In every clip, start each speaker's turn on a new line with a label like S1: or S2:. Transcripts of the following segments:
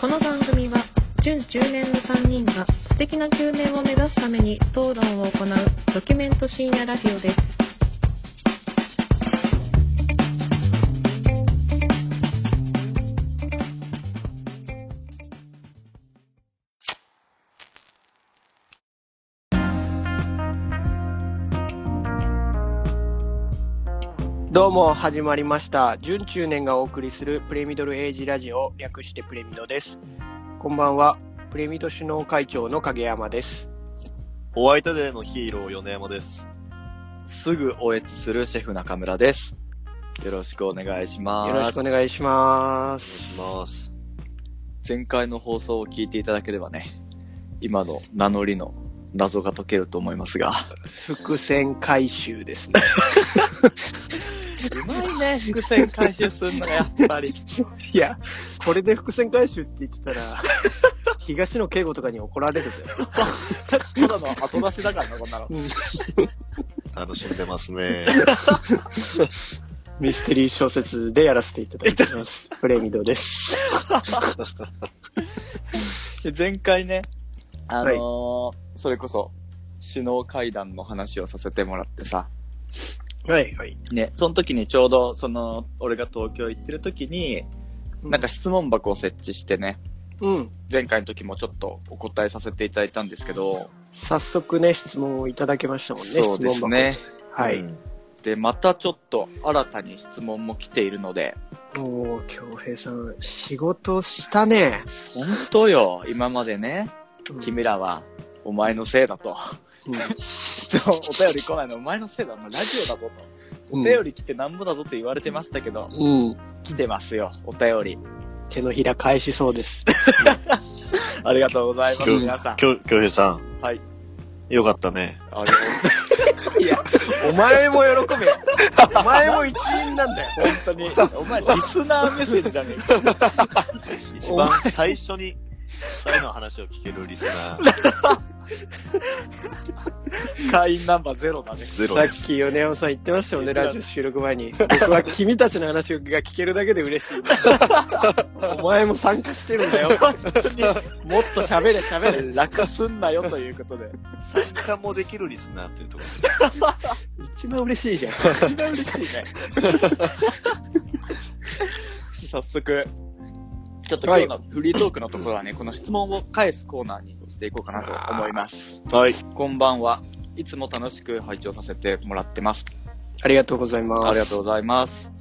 S1: この番組は準10年の3人が素敵な9年を目指すために討論を行うドキュメント深夜ラジオです。
S2: どうも始まりました準中年がお送りするプレミドルエイジラジオ略してプレミドですこんばんはプレミド首脳会長の影山です
S3: ホワイトデーのヒーロー米山です。
S4: すぐおえつするシェフ中村です。よろしくお願いします。
S2: よろしくお願いしま
S3: お願い
S2: す
S3: します。
S4: 前回の放送を聞いていただければね、今の名乗りの謎が解けると思いますが。
S2: 伏線回収ですね
S4: うまいね、伏線回収するのがやっぱり。
S2: いやこれで伏線回収って言ってた ら東野圭吾とかに怒られるぜ
S4: ただの後出しだからな、こんなの。
S3: 楽しんでますね。
S2: ミステリー小説でやらせていただいてます プレミドです
S4: 前回ね、あのーそれこそ、首脳会談の話をさせてもらってさ、
S2: はいはい
S4: ね、その時にちょうど、その、俺が東京行ってる時に、なんか質問箱を設置してね、
S2: うん
S4: 前回の時もちょっとお答えさせていただいたんですけど、
S2: 早速ね質問をいただけましたもんね
S4: そうですね。
S2: 質問箱はい、
S3: うん
S4: で、またちょっと新たに質問も来ているので、
S2: もう恭平さん仕事したね、
S4: 本当よ、今までね、
S2: うん
S4: 君らはお前のせいだと。質問お便り来ないのお前のせいだ、お前ラジオだぞと。
S2: う
S4: お
S2: ん
S4: 便り来てなんぼだぞと言われてましたけど、
S2: うん。
S4: 来てますよ、お便り。
S2: 手のひら返しそうです。
S4: ありがとうございます、
S3: 今
S4: 皆さん
S3: 日、。今日、京平さん。
S4: はい。
S3: よかったね。
S4: あれ、
S2: お前も喜べよ。お前も一員なんだよ。
S4: 本当に、お前リスナー目線じゃねえか。
S3: 一番最初に、二人の話を聞けるリスナー。
S4: 会員ナンバーゼロだね。
S3: ゼロ
S2: さっ
S3: です。
S2: き米山さん言ってましたよね、ラジオ収録前に。僕は君たちの話が聞けるだけで嬉しい。お前も参加してるんだよ。もっと喋れ喋れ。
S4: 楽すんなよということで。
S3: 参加もできるリスナーっていうとこ
S2: 一番嬉しいじゃん。
S4: 一番嬉しいね。早速、ちょっと今日のフリートークのところはね、この質問を返すコーナーにしていこうかなと思います。
S3: ろはい。
S4: こんばんは。いつも楽しく拝聴させてもらってます。
S2: ありがとうございます。
S4: ありがとうございます。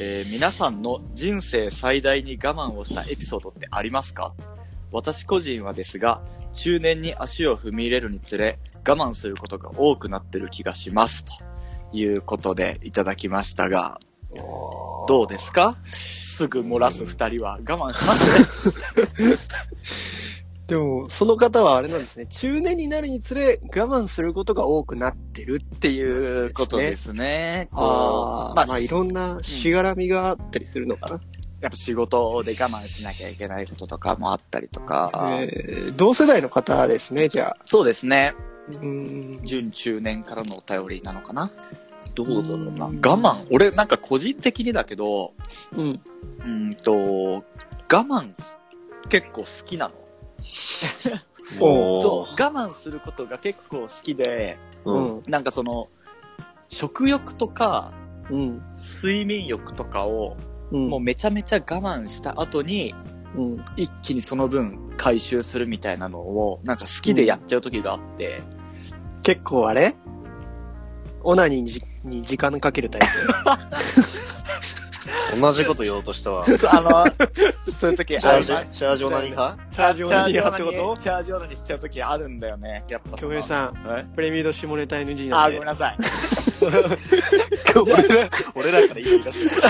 S4: えー皆さんの人生最大に我慢をしたエピソードってありますか私個人はですが、中年に足を踏み入れるにつれ、我慢することが多くなってる気がします。ということでいただきましたが、どうですかすぐ漏らす二人は我慢しますね。
S2: でも、その方はあれなんですね。中年になるにつれ我慢することが多くなってるっていうことですね。
S4: すね。
S2: あ
S4: こ
S2: あ、
S4: う
S2: ま
S4: ま
S2: あ、
S4: あ、
S2: いろんなしがらみがあったりするのかな。
S4: やっぱ仕事で我慢しなきゃいけないこととかもあったりとか。
S2: えー同世代の方ですね、じゃあ。
S4: そうですね。
S2: うん。
S4: 準中年からのお便りなのかなどうだろうな。
S2: う
S4: 我
S2: ん
S4: 慢。俺、なんか個人的にだけど、
S2: うん。
S4: うーんと、我慢す結構好きなの。
S2: そう
S4: そう、我慢することが結構好きで、
S2: う
S3: うん。
S2: ん。
S4: なんかその、食欲とか、
S2: うん。
S4: 睡眠欲とかを、
S2: うん。
S4: もうめちゃめちゃ我慢した後に、
S2: うん。
S4: 一気にその分回収するみたいなのを、なんか好きでやっちゃう時 があって、
S2: 結構あれオナニーにじに時間かけるタイ
S3: 同じこと言おうとしたわ。
S4: あの、そういう時
S3: シ
S4: あ
S3: ャー
S4: る
S3: ジ、シャージオナニ派
S2: プ。チャージ
S4: チ
S2: オ
S4: ャ
S2: ナ
S4: ー
S2: ニ
S4: ジオ
S2: ーっ
S4: ナ
S2: て
S4: に
S2: こ
S4: チャージオナにしちゃう時あるんだよね。やっぱ
S2: と
S4: そ
S2: 京
S4: の
S2: 平さん、
S4: え
S2: プレミード下ネタ NG な
S4: あ
S2: ん
S4: ー、
S2: で
S4: ごめん。なさい。
S3: 俺ら、俺らから言い出した。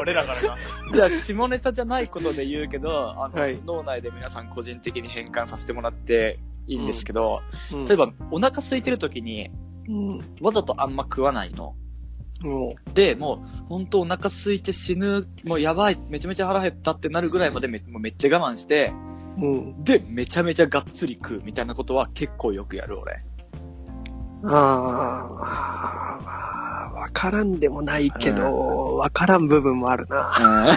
S4: 俺らからか。じゃあ、下ネタじゃないことで言うけど、あの、
S2: はい
S4: 脳内で皆さん個人的に変換させてもらっていいんですけど、
S2: うん
S4: 例えば、お腹空いてる時に、
S2: うん。
S4: わざとあんま食わないの。
S2: も
S4: で、もう、ほんとお腹空いて死ぬ、もうやばい、めちゃめちゃ腹減ったってなるぐらいまでめもうめっちゃ我慢して、
S2: う、うん。
S4: で、めちゃめちゃがっつり食うみたいなことは結構よくやる、俺。
S2: あーまあ、あーわからんでもないけど、わからん部分もあるな。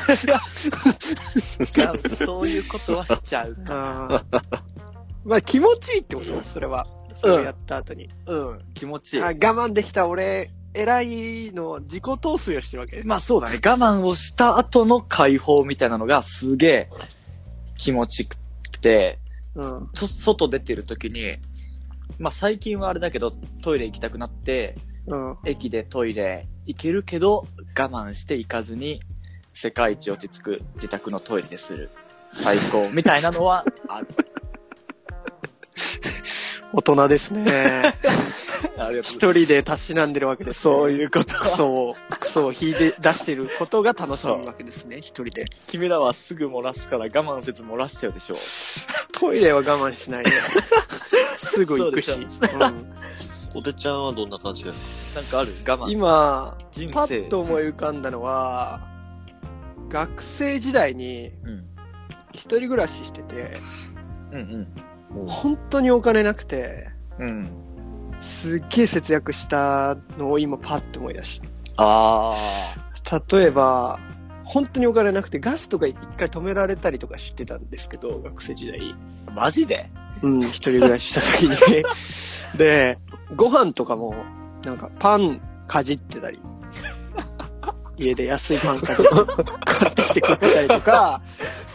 S4: そういうことはしちゃう。
S2: あー まあ気持ちいいってことそれは。それやった後に。
S4: うん、気持ちいい
S2: あ。我慢できた俺、偉いの自己陶酔をしてるわけ。
S4: まあそうだね、我慢をした後の解放みたいなのがすげえ気持ちくて、
S2: うん。
S4: そ外出てる時に、まあ最近はあれだけど、トイレ行きたくなって、
S2: うん。
S4: 駅でトイレ行けるけど、我慢して行かずに、世界一落ち着く自宅のトイレでする。最高。みたいなの は、ある。
S2: 大人ですね。
S4: ありがとう
S2: 一人でたしなんでるわけです、。
S4: そういううこと
S2: クソを、クソを引いて出してることが楽しむわけですね、一人で。
S4: 君らはすぐ漏らすから我慢せず漏らしちゃうでしょう。
S2: トイレは我慢し ないね。すぐ行くし。
S4: そうで
S2: うん
S3: おてちゃんはどんな感じです
S4: なんかある我慢。
S2: 今、
S4: 人
S2: パ
S4: 生
S2: ッ。と思い浮かんだのは、学生時代に
S4: うん。
S2: 一人暮らししてて、
S4: うん
S2: 本当にお金なくて、
S4: うん。うん。
S2: すっげえ節約したのを今パッと思い出し
S4: あ
S2: た。例えば、本当にお金なくてガスとか一回止められたりとかしてたんですけど、学生時代。
S4: ー。マジで
S2: うん、一人暮らしした時に。で、ご飯とかも、なんかパンかじってたり。家で安いパンかじって買ってきて食ってたりとか。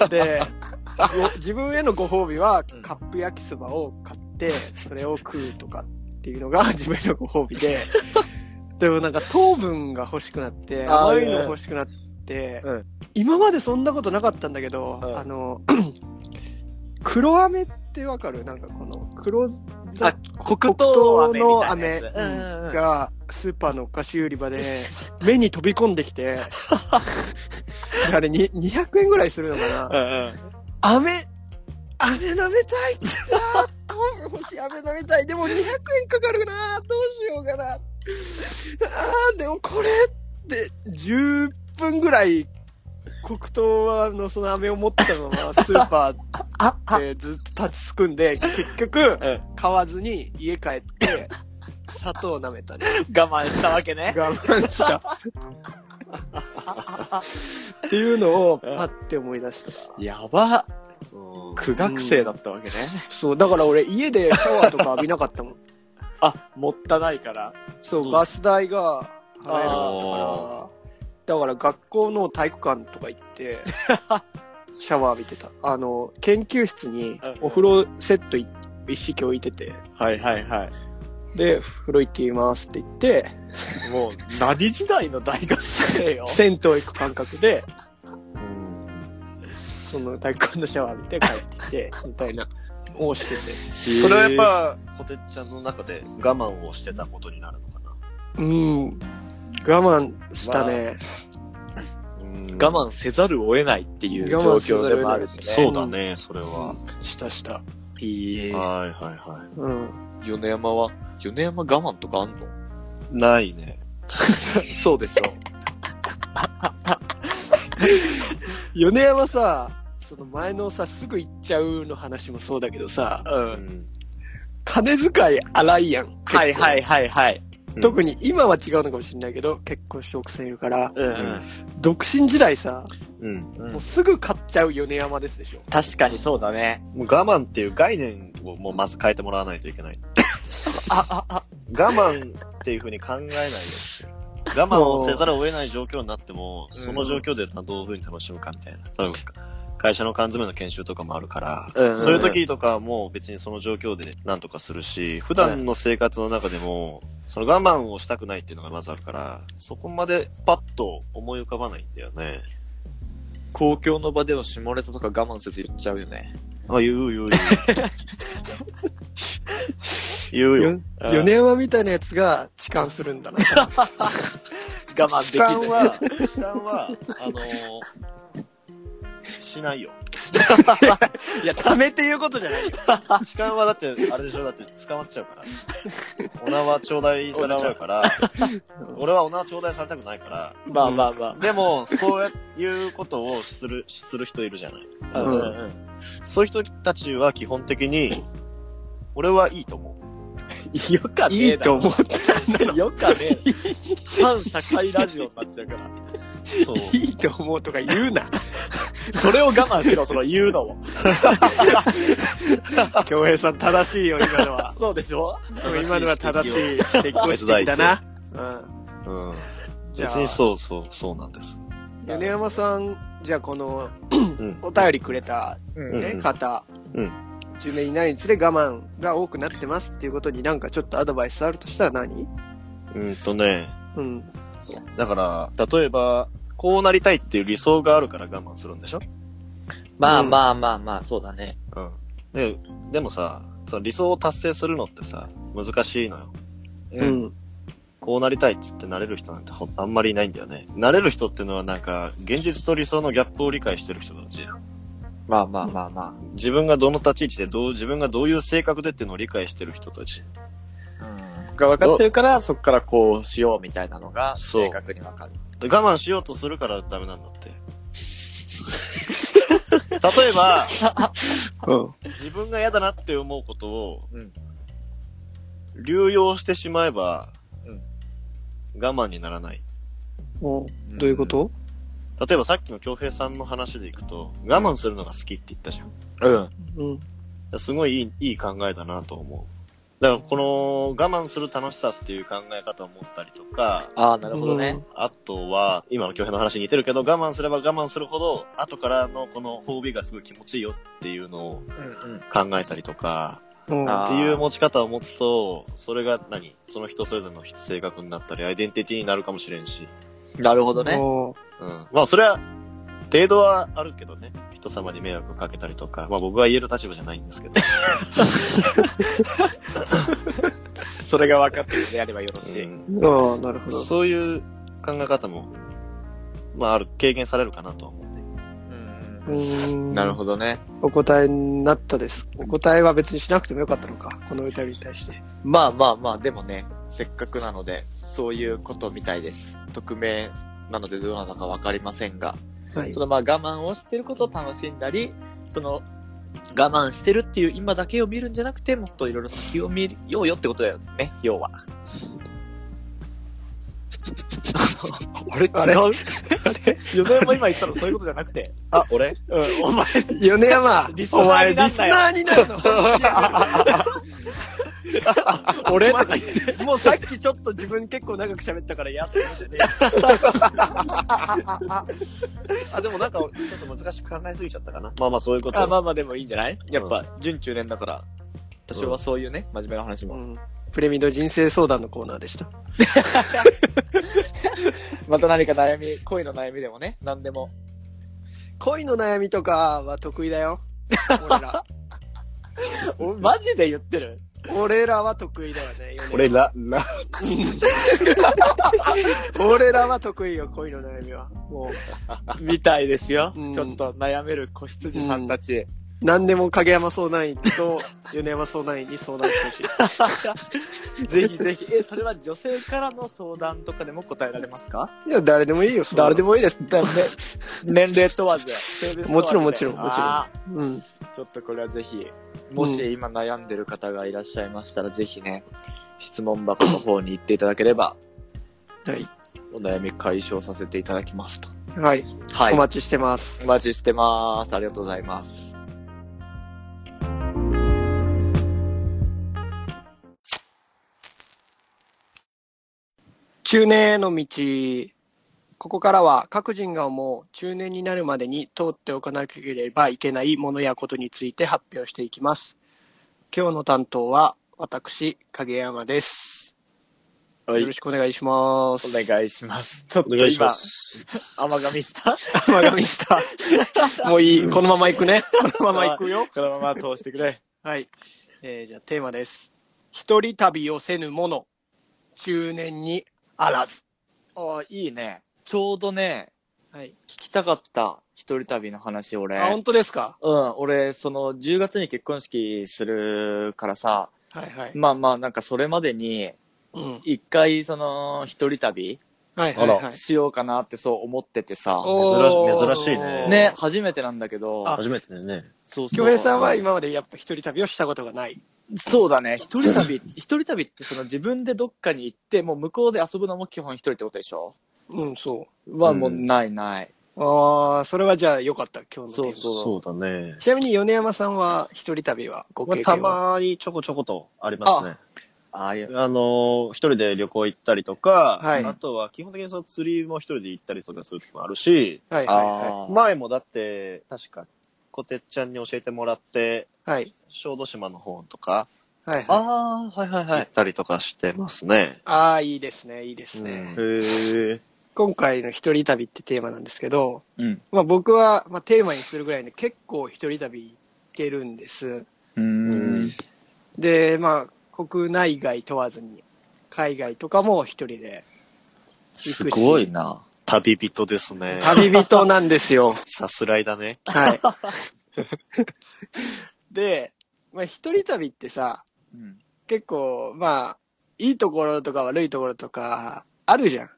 S2: で、ご自分へのご褒美は
S4: うん
S2: カップ焼きそばを買って、それを食うとかっていうのが自分へのご褒美で。でもなんか糖分が欲しくなって、
S4: あー
S2: 甘いの欲しくなって
S4: うん、
S2: 今までそんなことなかったんだけど、
S4: うん
S2: あの、 黒飴ってわかるなんかこの黒
S4: あ
S2: ざ、
S4: 黒糖飴みた
S2: 黒糖の
S4: いなやつ。
S2: 飴
S4: うんうんうん。
S2: がスーパーのお菓子売り場で目に飛び込んでき て、あれに200円ぐらいするのかな飴、飴舐めたいあー欲しい飴舐めたいでも200円かかるなどうしようかなあーでもこれって10分ぐらい黒糖はあのその飴を持った ままスーパー
S4: あ、あ、
S2: でずっと立ちすくんで、結局
S4: うん、
S2: 買わずに家帰って、砂糖を舐めたね。
S4: 我慢したわけ ね。
S2: 我慢した。っていうのをパッて思い出した。
S4: やば。
S3: うん
S4: 苦学生だったわけね。
S2: そう、だから俺家でシャワーとか浴びなかったもん。
S4: あ、もったないから。
S2: そう、
S3: うん
S2: ガス代が払えなかったから、だから学校の体育館とか行 って、シャワー浴びてた。あの、研究室にお風呂セットい一式置いてて、
S4: はいはいはい。
S2: で、風呂行ってみますって言って、
S4: もう、何時代の大学生よ。
S2: 銭湯行く感覚で、
S3: うん
S2: その体育館のシャワー浴びて帰ってき て、みたいな、をしてて。
S4: そ
S3: それはやっ、ぱ、こてっちゃんの中で我慢をしてたことになるのかな。
S2: うん。我慢したね。
S3: 我
S4: 我慢せざるを得ないっていう
S2: 我
S4: 状
S2: 慢せざるを
S4: 況
S2: 得
S4: で
S2: ない
S4: もあるしね。
S3: そうだね、それは。
S2: したした。
S4: いい。
S3: はいはいは
S2: うん。
S4: 米山は、米山我慢とかあんの
S3: い。ないね。
S4: そうでしょ。
S2: 米山さ、その前のさ、すぐ行っちゃうの話もそうだけどさ、
S4: う。
S3: うんん。
S2: 金遣い荒いやん。。
S4: はいはいいはいはい。
S2: 特に今は違うのかもしれないけど、結婚して奥さんいるから、
S4: うん
S2: 独身時代さ、
S3: うん。
S4: うん
S2: もうすぐ買っちゃう米山ですでしょ。
S4: 確かにそうだね。
S3: もう我慢っていう概念をもうまず変えてもらわないといけない。我慢っていう風に考えないようにしてる。我慢をせざるを得ない状況になっても、その状況でどういう風に楽しむかみたいな。例えば会社の缶詰の研修とかもあるから、
S4: うん
S3: そういう時とかはもう別にその状況で何とかするし、普段の生活の中でも、その我慢をしたくないっていうのがまずあるから、そこまでパッと思い浮かばないんだよね。
S4: 公共の場での下ネタとか我慢せず言っちゃうよね。
S3: あ、言う 言う言う。言うよ。
S4: うん
S2: 米山みたいなやつが痴漢するんだな。
S4: 我慢でき
S3: 痴
S4: ず
S3: 漢
S4: に。
S3: は、痴漢は、あのーしないよ。
S4: いや、ためっていうことじゃないよ。
S3: 痴漢はだって、あれでしょだって捕まっちゃうから。お縄頂戴されちゃうから、俺はお縄頂戴されたくないから。
S4: まあまあま
S3: でも、そういうことをする、 する人いるじゃない。
S4: あ。
S2: うん
S4: ん。
S3: そういう人たちは基本的に、俺はいいと思う。
S4: よかね
S2: い
S4: え
S2: いと
S4: だろ
S2: 思って
S4: よっかね、 反社会ラジオになっちゃうから。
S3: そう。
S2: いいと思うとか言う な。
S4: それを我慢しろ、その言うのを。
S2: 京平さん、正しいよ、今のは。
S4: そうでしょ
S2: 今のは正しい
S3: い。
S2: 指摘をしてきたな。うん。
S3: うん。
S2: じゃあ
S3: 別にそうそう、そうなんです。
S2: 米山さん、じゃあこの、
S3: うん。
S2: お便りくれた、
S4: うん
S2: ね、
S3: うん
S2: 方。
S3: うん。
S2: 10年になるにつれ我慢が多くなってますっていうことになんかちょっとアドバイスあるとしたら何
S3: うんとね、
S2: うん。
S3: だから、例えば、こうなりたいっていう理想があるから我慢するんでしょ
S5: まあまあまあまあ、そうだね。
S3: うん。で、でもさ、その理想を達成するのってさ、難しいのよ。
S2: う。
S4: うん
S3: こうなりたいっつってなれる人なんてほあんまりいないんだよね。なれる人ってのはなんか、現実と理想のギャップを理解してる人たちじゃん。
S4: まあまあまあま
S3: 自分がどの立ち位置でどう、自分がどういう性格でっていうのを理解してる人たち。
S4: あ。が分かってるから、そこからこうしようみたいなのが、
S3: そう
S4: 正確に分かる。
S3: で我慢しようとするからダメなん だって。例えば、
S2: うん。
S3: 自分が嫌だなって思うことを、
S4: うん
S3: 流用してしまえば、
S4: うん
S3: 我慢にならない。
S2: おどういうこと
S3: 例えばさっきの京平さんの話でいくと、我慢するのが好きって言ったじゃん。
S4: うん。
S2: うん。
S3: すごいいいいい考えだなと思う。だからこの我慢する楽しさっていう考え方を持ったりとか、
S4: ああ、なるほどね。
S3: あとは、今の京平の話に似てるけど、我慢すれば我慢するほど、後からのこの褒美がすごい気持ちいいよっていうのを
S4: うん
S3: 考えたりとか、
S2: うん。
S4: あー
S3: っていう持ち方を持つと、それが何その人それぞれの性格になったり、アイデンティティになるかもしれんし。
S4: うん。なるほどね。
S2: お
S3: うん。まあ、それは、程度はあるけどね。人様に迷惑をかけたりとか。まあ、僕は言える立場じゃないんですけど。
S4: それが分かってるのであればよろしい。
S3: う
S2: ああ、なるほ
S3: ん
S2: ど。
S3: そういう考え方も、まあ、ある、軽減されるかなとは思うね。
S2: うーん
S4: なるほどね。
S2: お答えになったです。お答えは別にしなくてもよかったのか。この歌に対して。
S4: まあまあまあ、でもね、せっかくなので、そういうことみたいです。匿名なのでどなたかわかりませんが、
S2: はい
S4: そ。のまあ我慢をしてることを楽しんだり、その我慢してるっていう今だけを見るんじゃなくて、もっといろいろ先を見ようよってことだよね、要 は。あれ違
S2: あれ
S4: う 米山今言ったのそういうことじゃなくて。
S3: あ、俺
S4: うん、お前、
S2: 米山、
S4: リスナ
S2: お
S4: ー
S2: 前
S4: にな
S2: リ
S4: ん
S2: ス
S4: なよ
S2: ナーになるの。
S4: 俺と
S2: と
S4: か
S2: か
S4: 言って。
S2: もうさっきちょっと自分結構長く喋ったから安いですね。
S3: あ、でもなんか、ちょっと難しく考えすぎちゃったかな。まあまあ、そういうこと。
S4: あまあまあでもいいんじゃないやっぱ、準中年だから、多少はそういうね、真面目な話も。
S2: うん。プレミの人生相談のコーナーでした。
S4: また何か悩み、恋の悩みでもね、何でも。
S2: 恋の悩みとかは得意だよ。俺ら。
S4: おマジで言ってる
S2: 俺らは得意だよね。
S3: 俺、ら、ら、
S2: 米山俺らは得意よ、恋の悩みは。も
S4: みたいですよ。
S2: うん
S4: ちょっと悩める子羊さんたち。
S2: う、何でも影山相談員と米山相談員に相談してほしい。
S4: ぜひぜひ。え、それは女性からの相談とかでも答えられますか
S2: いや、 誰でもいいよ、そんなの
S4: 誰でもいいです。だね、年齢問わず、性別問わずで
S2: もちろんもちろんもちろん
S4: あ
S2: うん。
S4: ーちょっとこれはぜひ、もし今悩んでる方がいらっしゃいましたら、ぜひね、質問箱の方に行っていただければ、
S2: はい。
S4: お悩み解消させていただきますと。
S2: はい。
S4: はい
S2: お。待ちしてます。
S4: お待ちしてます。ありがとうございます。
S2: 中年への道。ここからは各人が思う中年になるまでに通っておかなければいけないものやことについて発表していきます。今日の担当は私、影山です。
S3: はい
S2: よろしくお願いします。
S4: お願いします。ちょっ
S3: お
S4: と
S3: 願いしま
S4: 今、
S3: す。
S4: 甘噛みした
S2: 甘噛みした。もういい。このまま行くね。このまま行くよ。
S4: このまま通してくれ。
S2: はい。えー、じゃあテーマです。一人旅をせぬ者、中年にあらず。
S4: ああ、いいね。ちょうどね、
S2: はい。
S4: 聞きたかった、一人旅の話、俺。
S2: あ、本当ですか
S4: うん、俺、その、10月に結婚式するからさ、
S2: はいはい。
S4: まあまあ、なんかそれまでに、
S2: うん。
S4: 一回、その、一人旅
S2: はいはい、は
S3: あ
S2: い。
S4: しようかなってそう思っててさ、
S2: おー
S3: 珍しいね
S4: ね、初めてなんだけど、
S2: あ
S3: 初めてだよね。
S4: そうそう
S2: 京平さんは今までやっぱ一人旅をしたことがない。
S4: そうだね。一人旅、 一人旅ってその自分でどっかに行って、もう向こうで遊ぶのも基本一人ってことでしょ
S2: うん、そ
S4: は、もううんないない。
S2: う。ああ、それはじゃあよかった、今日のテーマ。
S4: そう
S3: そうだね。
S2: ちなみに米山さんは一人旅はご
S3: まあ、
S2: 経
S3: た
S2: 験は、
S3: まにちょこちょことありますね。
S4: ああいう。
S3: あのー一人で旅行行ったりとか、
S2: はい
S3: あとは基本的にその釣りも一人で行ったりとかする時もあるし、
S2: はいはいは
S4: ああ。
S3: 前もだって、確か、こてっちゃんに教えてもらって、
S2: い。はい。
S3: 小豆島の方とか
S2: はい、はい。
S5: ああ、はいはい
S3: 行
S5: は
S3: っ
S5: い。
S3: たりとかしてますね。
S2: ああ、いいですね、いいですね。
S3: うん
S4: へえ。
S2: 今回の一人旅ってテーマなんですけど、
S4: うん。
S2: まあ僕は、まあ、テーマにするぐらいで結構一人旅行ってるんです。
S4: う
S3: うん
S4: ん。
S2: で、まあ国内外問わずに、海外とかも一人で行くし。
S4: すごいな。
S3: 旅人ですね。
S2: 旅人なんです よ。
S3: さすらいだね。
S2: はい。で、まあ一人旅ってさ、
S4: うん。
S2: 結構、まあ、いいところとか悪いところとか、あるじゃん。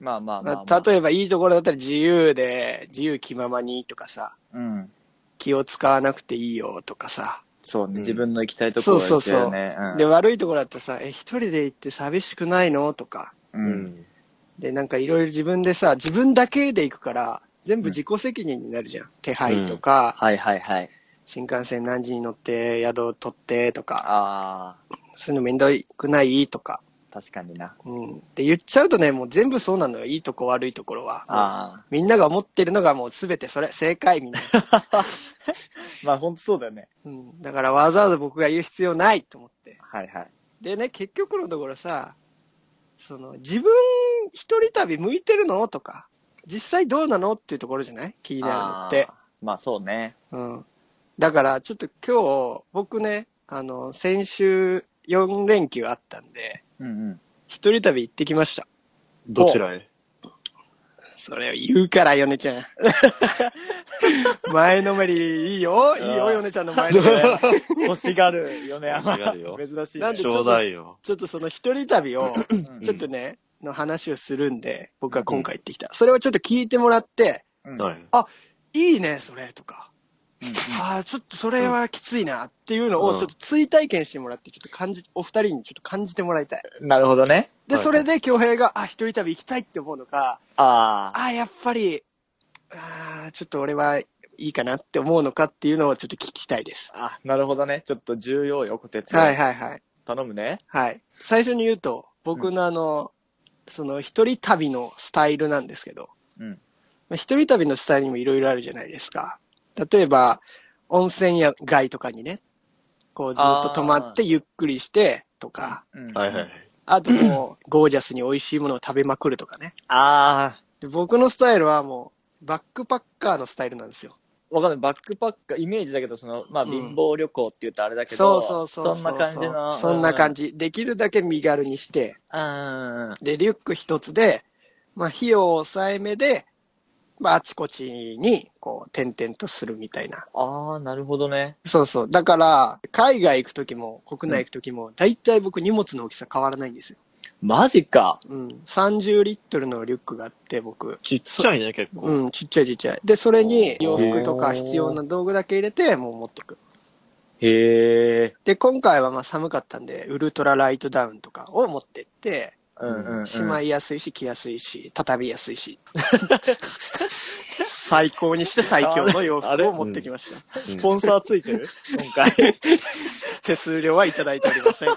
S4: まあまあまあ
S2: ま
S4: まあ。
S2: あ、例えばいいところだったら自由で、自由気ままにとかさ、
S4: うん。
S2: 気を使わなくていいよとかさ。
S4: そう
S3: うん
S4: ね。自分の行きたいところ
S2: そう
S4: 行
S2: そ
S4: け
S2: うそう
S4: るね。
S2: で、悪いところだったらさ、え、一人で行って寂しくないのとか。
S4: うん。うん。
S2: で、なんかいろいろ自分でさ、自分だけで行くから、全部自己責任になるじゃん。手配とか、
S5: はいはいはい。
S2: 新幹線何時に乗って、宿取ってとか、
S4: ああ、
S2: そういうのめんどくないとか。
S4: 確かにな。
S2: うん。って言っちゃうとね、もう全部そうなのよ。いいとこ悪いところは。
S4: あ
S2: みんなが思ってるのがもう全てそれ、正解みんな。
S4: あ。まあ本当そうだよね。
S2: うん。だからわざわざ僕が言う必要ないと思って。
S4: はいはい。
S2: でね、結局のところさ、その、自分一人旅向いてるのとか、実際どうなのっていうところじゃない気になるのって
S4: あ。ー。まあそうね。
S2: うん。だから、ちょっと今日、僕ね、あの、先週4連休あったんで、
S4: うんうん。
S2: 一人旅行ってきました。
S3: どちらへ
S2: それを言うから、ヨネちゃん。前のめり、いいよ、いいよ、ヨネちゃんの前のめ り。
S4: 欲しがるよね、
S3: 欲しがるよ
S4: 珍しい、ね。
S2: なんで
S3: ちょうだいよ。
S2: ちょっとその一人旅を、
S4: うん
S2: ちょっとね、の話をするんで、僕は今回行ってきた。それをちょっと聞いてもらって、
S4: うん
S3: はい。
S2: いいね、それ、とか。
S4: うんうん
S2: ああ、ちょっとそれはきついな、っていうの
S3: う
S2: を
S3: ん
S2: ちょっと追体験してもらって、ちょっと感じ、お二人にちょっと感じてもらいたい。
S4: なるほどね。
S2: で、
S3: はい
S2: それで京平が、あ、一人旅行きたいって思うのか、
S4: あ
S2: ああ、やっぱり、ああ、ちょっと俺はいいかなって思うのかっていうのをちょっと聞きたいです。
S4: あ。あ、なるほどね。ちょっと重要よ、こてつ。
S2: はいはいはい。
S4: 頼むね。
S2: はい。最初に言うと、僕のあの、その一人旅のスタイルなんですけど、
S4: うん
S2: まあ一人旅のスタイルにもいろいろあるじゃないですか。例えば、温泉や街とかにね、こうずっと泊まってゆっくりしてとか、
S4: うん
S3: はいはい。。
S2: あとも うゴージャスに美味しいものを食べまくるとかね。
S4: あ
S2: で僕のスタイルはもう、バックパッカーのスタイルなんですよ。
S4: あ。わかんない。バックパッカー、イメージだけど、その、まあ、
S2: うん
S4: 貧乏旅行って言うとあれだけ
S2: そ
S4: ど、
S2: うそうそうそう。
S4: そんな感じの。
S2: そんな感
S4: じ。
S2: じ。できるだけ身軽にして、
S4: うん。
S2: で、リュック一つで、まあ、費用抑えめで、まあ、あちこちに、こう、転々とするみたいな。
S4: ああ、なるほどね。
S2: そうそう。だから、海外行くときも、国内行くときも、大体僕荷物の大きさ変わらないんですよ。
S4: マジか。
S2: うん。30リットルのリュックがあって、僕。
S3: ちっちゃいね、結構。
S2: うん、ちっちゃいちっちゃい。で、それに、洋
S3: おー
S2: 服とか必要な道具だけ入れて、もう持ってく。
S4: へえ。
S2: で、今回はまあ寒かったんで、ウルトラライトダウンとかを持ってって、
S4: うんうん、うん。
S2: しまいやすいし、着やすいし、畳みやすいし。 最高にして最強の洋服を持ってきました。
S4: スポンサーつい てる今回。
S2: 手数料はいただいておりません。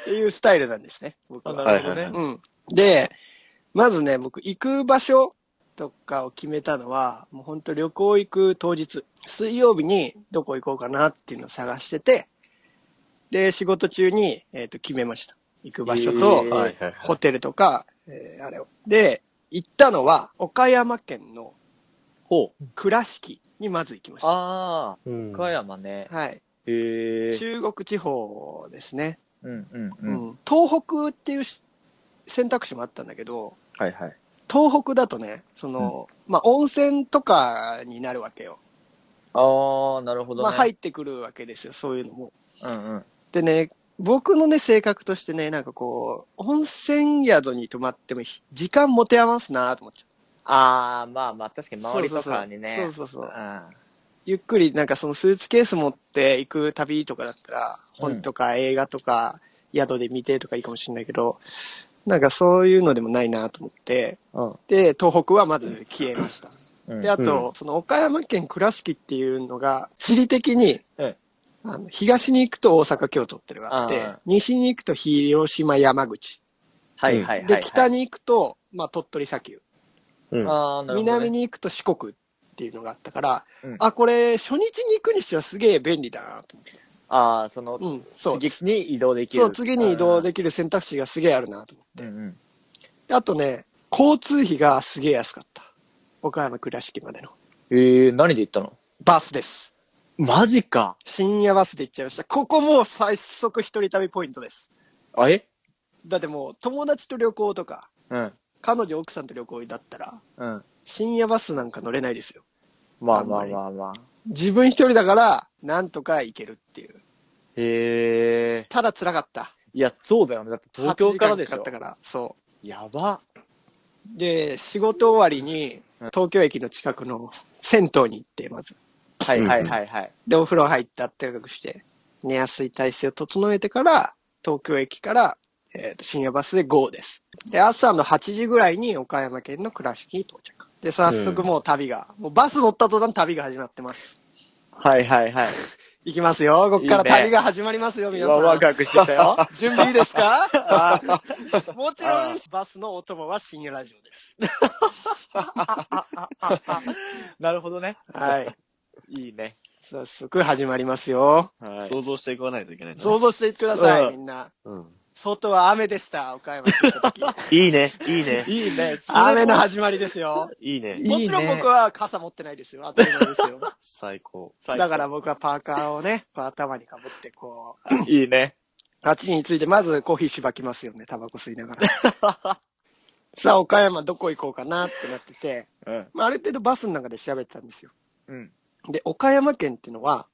S2: っていうスタイルなんですね、僕
S4: あ
S2: は。
S4: なるほどね。
S3: はいはい
S2: うん。で、まずね、僕行く場所とかを決めたのは、もう本当旅行行く当日、水曜日にどこ行こうかなっていうのを探してて、で、仕事中に、えっ、と、決めました。行く場所と、
S4: えー
S3: はいはいは
S2: ホテルとか、えーあれを。で、行ったのは、岡山県の
S4: ほう。
S2: 倉敷にまず行きまし
S4: あ
S3: い。うん
S4: あ、岡山ね
S2: た。。はい。
S4: へえ。
S2: 中国地方ですね。
S4: うんうんう。
S2: うんん。東北っていうし選択肢もあったんだけど、
S4: はいはい。
S2: 東北だとね、その、まあ、温泉とかになるわけよ。
S4: ああ、なるほどね。
S2: まあ、入ってくるわけですよ、そういうのも。
S4: うんうん。
S2: でね、僕のね、性格としてね、なんかこう、温泉宿に泊まってもひ時間持て余すなと思っちゃう。
S5: ああ、まあまあ、確かに周りとかにね。
S2: そうそうそう。
S5: うん
S2: ゆっくりなんかそのスーツケース持って行く旅とかだったら、本とか映画とか宿で見てとかいいかもしれないけど、なんかそういうのでもないなと思って、
S5: うん。
S2: で、東北はまず消えました。
S5: うん
S2: で、あと、その岡山県倉敷っていうのが、地理的に、
S5: うん
S2: あの東に行くと大阪、京都っていうのがあって
S5: あー、
S2: 西に行くと広島、山口。
S5: はいはいはい、はい
S2: で、北。に行くと、まあ、鳥取砂丘。
S3: うん。
S5: あーなるほど、ね。
S2: 南に行くと四国っていうのがあったから、
S5: うん
S2: あ、これ、初日に行くにしてはすげえ便利だなと思って。
S5: ああ、その、
S2: うん、そう。
S5: 次に移動できる。
S2: そう、次に移動できる選択肢がすげえあるなと思って。
S5: うんうん。
S2: であとね、交通費がすげえ安かった。岡山倉敷までの。
S5: ええー、何で行ったの
S2: バスです。
S4: マジか。
S2: 深夜バスで行っちゃいました。ここもう最速一人旅ポイントです。
S5: あ、え
S2: だってもう友達と旅行とか、
S5: うん。
S2: 彼女奥さんと旅行だったら、
S5: うん。
S2: 深夜バスなんか乗れないですよ。
S5: ま
S2: あ
S5: あ
S2: んま
S5: まあ
S2: り
S5: まあまあ。
S2: 自分一人だから、なんとか行けるっていう。
S5: へえ。
S2: ただ辛かった。
S5: いや、そうだよね。だって東京からでし
S2: 8
S5: ょ
S2: 時間。かかったから、そ
S5: やば。
S2: う。で、仕事終わりに、東京駅の近くの銭湯に行って、まず。
S5: はいはいはいはい。
S2: で、お風呂入ってあったかくして、寝やすい体勢を整えてから、東京駅から、えーと深夜バスで GO です。で、朝の8時ぐらいに岡山県の倉敷に到着。で、早速もう旅が、もうバス乗った途端旅が始まってます。
S5: はいはいはい。
S2: 行きますよ。こっから
S5: いいね
S2: 旅が始まりますよ、皆
S5: う
S2: さ
S5: わ、
S2: ん。
S5: ワクワクしてたよ。
S2: 準備いいですかもちろん、バスのお供は深夜ラジオです。
S5: なるほどね。
S2: はい。
S5: いいね。
S2: 早速始まりますよ。
S5: はい。
S3: 想像していかないといけないんだね
S2: 想像してくださ
S5: そ
S2: い、
S5: う
S2: みんな。
S3: うん。
S2: 外は雨でした、岡山に行った時。
S3: いいね、いいね、
S5: いいね。
S2: 雨の始まりですよ。
S3: いいね。
S5: いね
S2: もちろん僕は傘持ってないですよ。当たり前です よ。
S3: 最高。
S2: だから僕はパーカーをね、こう頭にかぶって、こう、
S5: いいね。
S2: あっちについてまずコーヒーしばきますよね、タバコ吸いなが ら。さあ、岡山どこ行こうかなってなってて、
S5: うん。
S2: まあ、ある程度バスの中で調べてたんですよ。
S5: うん。
S2: で、岡山県っていうのは、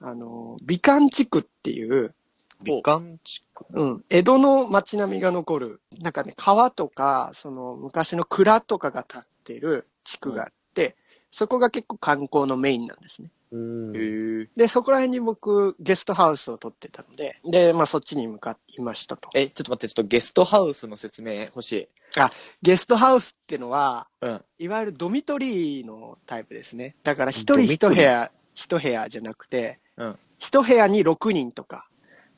S2: あの、美観地区っていう、
S3: 美観地区。
S2: うん、江戸の街並みが残る、なんかね、川とか、その昔の蔵とかが建ってる地区があって、そこが結構観光のメインなんですね。
S3: うん
S5: へー
S2: で、そこら辺に僕、ゲストハウスを取ってたので、で、まあそっちに向かっていましたと。
S5: え、ちょっと待って、ちょっとゲストハウスの説明欲しい。
S2: ゲストハウスってのは、
S5: うん。
S2: いわゆるドミトリーのタイプですね。だから一人一部屋、一部屋じゃなくて、
S5: うん
S2: 一部屋に6人とか、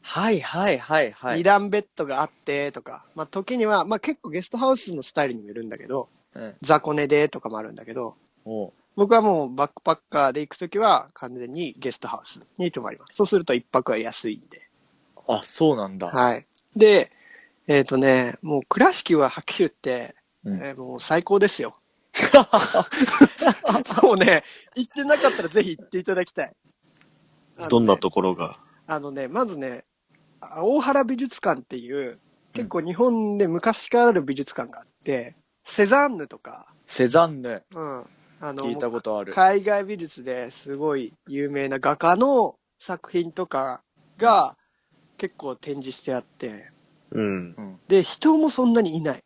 S5: はいはいはい
S2: 二
S5: はい。
S2: 段ベッドがあってとか、まあ時には、まあ結構ゲストハウスのスタイルにもよるんだけど、
S5: うん。
S2: 雑魚寝でとかもあるんだけど、
S5: おう
S2: 僕はもうバックパッカーで行くときは完全にゲストハウスに泊まります。そうすると一泊は安いんで。
S5: あ、そうなんだ。
S2: はい。で、えっ、とね、もう倉敷は白州って、
S5: うん
S2: えーもう最高で すよ。もうね、行ってなかったらぜひ行っていただきたい。あのね
S3: どんなところが。
S2: あのね、まずね、あ大原美術館っていう、結構日本で昔からある美術館があって、セザンヌとか、
S5: セザンヌ、
S2: うん。あの、
S5: 聞いたことある。
S2: 海外美術ですごい有名な画家の作品とかが結構展示してあって、
S3: うん。
S2: で、人もそんなにいない。
S5: へ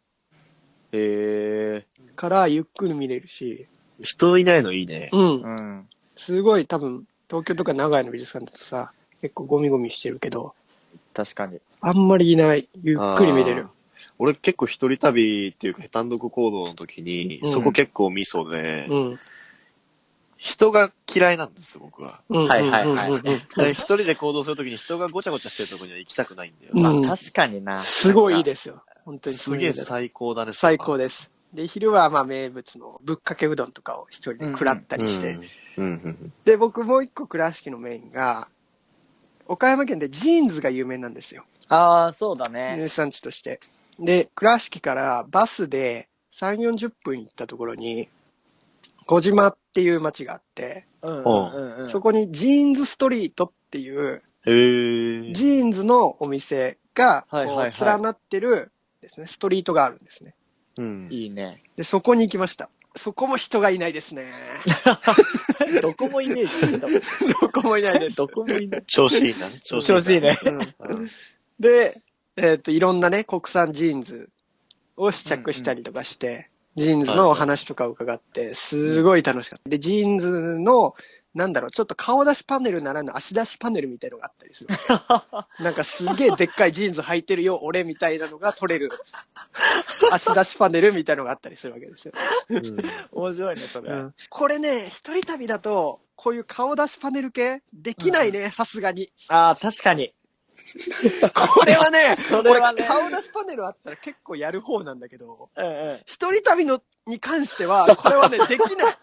S5: え。
S2: からゆっくり見れるし、
S3: 人いないのいいね。
S2: うん。
S5: うん。
S2: すごい多分、東京とか長井の美術館だとさ、結構ゴミゴミしてるけど、
S5: 確かに。
S2: あんまりいない。ゆっくり見れる
S3: あー。。俺結構一人旅っていうか単独行動の時に、
S2: うん
S3: そこ結構ミソで、
S2: うん。
S3: 人が嫌いなんです、僕は。
S2: うん。
S5: はいはいはい
S2: うんうんうん
S3: だから一人で行動するときに人がごちゃごちゃしてるとこには行きたくないんだよ。
S2: うん
S5: まあ確かにな。。
S2: すごいいいですすよ。本当に
S3: すげえ最高だね、
S2: 最高です。で、昼はまあ名物のぶっかけうどんとかを一人で食らったりして。
S3: うん。うんうん
S2: で、僕もう一個倉敷のメインが、岡山県でジーンズが有名なんですよ。
S5: ああ、そうだね。
S2: 名産地として。で、倉敷からバスで3、40分行ったところに、小島っていう町があって、
S5: うんうんうんうん。
S2: そこにジーンズストリートっていう、
S3: へえ。
S2: ジーンズのお店が、こ、
S5: はいはいはいう
S2: 連なってるですね、ストリートがあるんですね。
S3: うん。
S5: いい ね。
S2: で、そこに行きました。そこも人がいないです ね。
S5: どこもいねえじゃん人。
S2: どこもいないで す。
S5: どこもいね
S3: 調子いいんだね。調
S5: え。調子いいね。
S2: うんで、えっ、と、いろんなね、国産ジーンズを試着したりとかして、ジーンズのお話とかを伺って、すごい楽しかった。で、ジーンズのなんだろう、ちょっと顔出しパネルならぬ足出しパネルみたいのがあったりするわけ。なんかすげえでっかいジーンズ履いてるよ、俺みたいなのが取れる。足出しパネルみたいのがあったりするわけですよ。
S4: 面白いね、それ。
S2: これね、一人旅だと、こういう顔出しパネル系できないね、さすがに。
S5: ああ、確かに。
S2: これは ね、
S5: それはね
S2: 俺顔出しパネルあったら結構やる方なんだけど、
S5: うんうん。
S2: 一人旅のに関しては、これ はね、できない。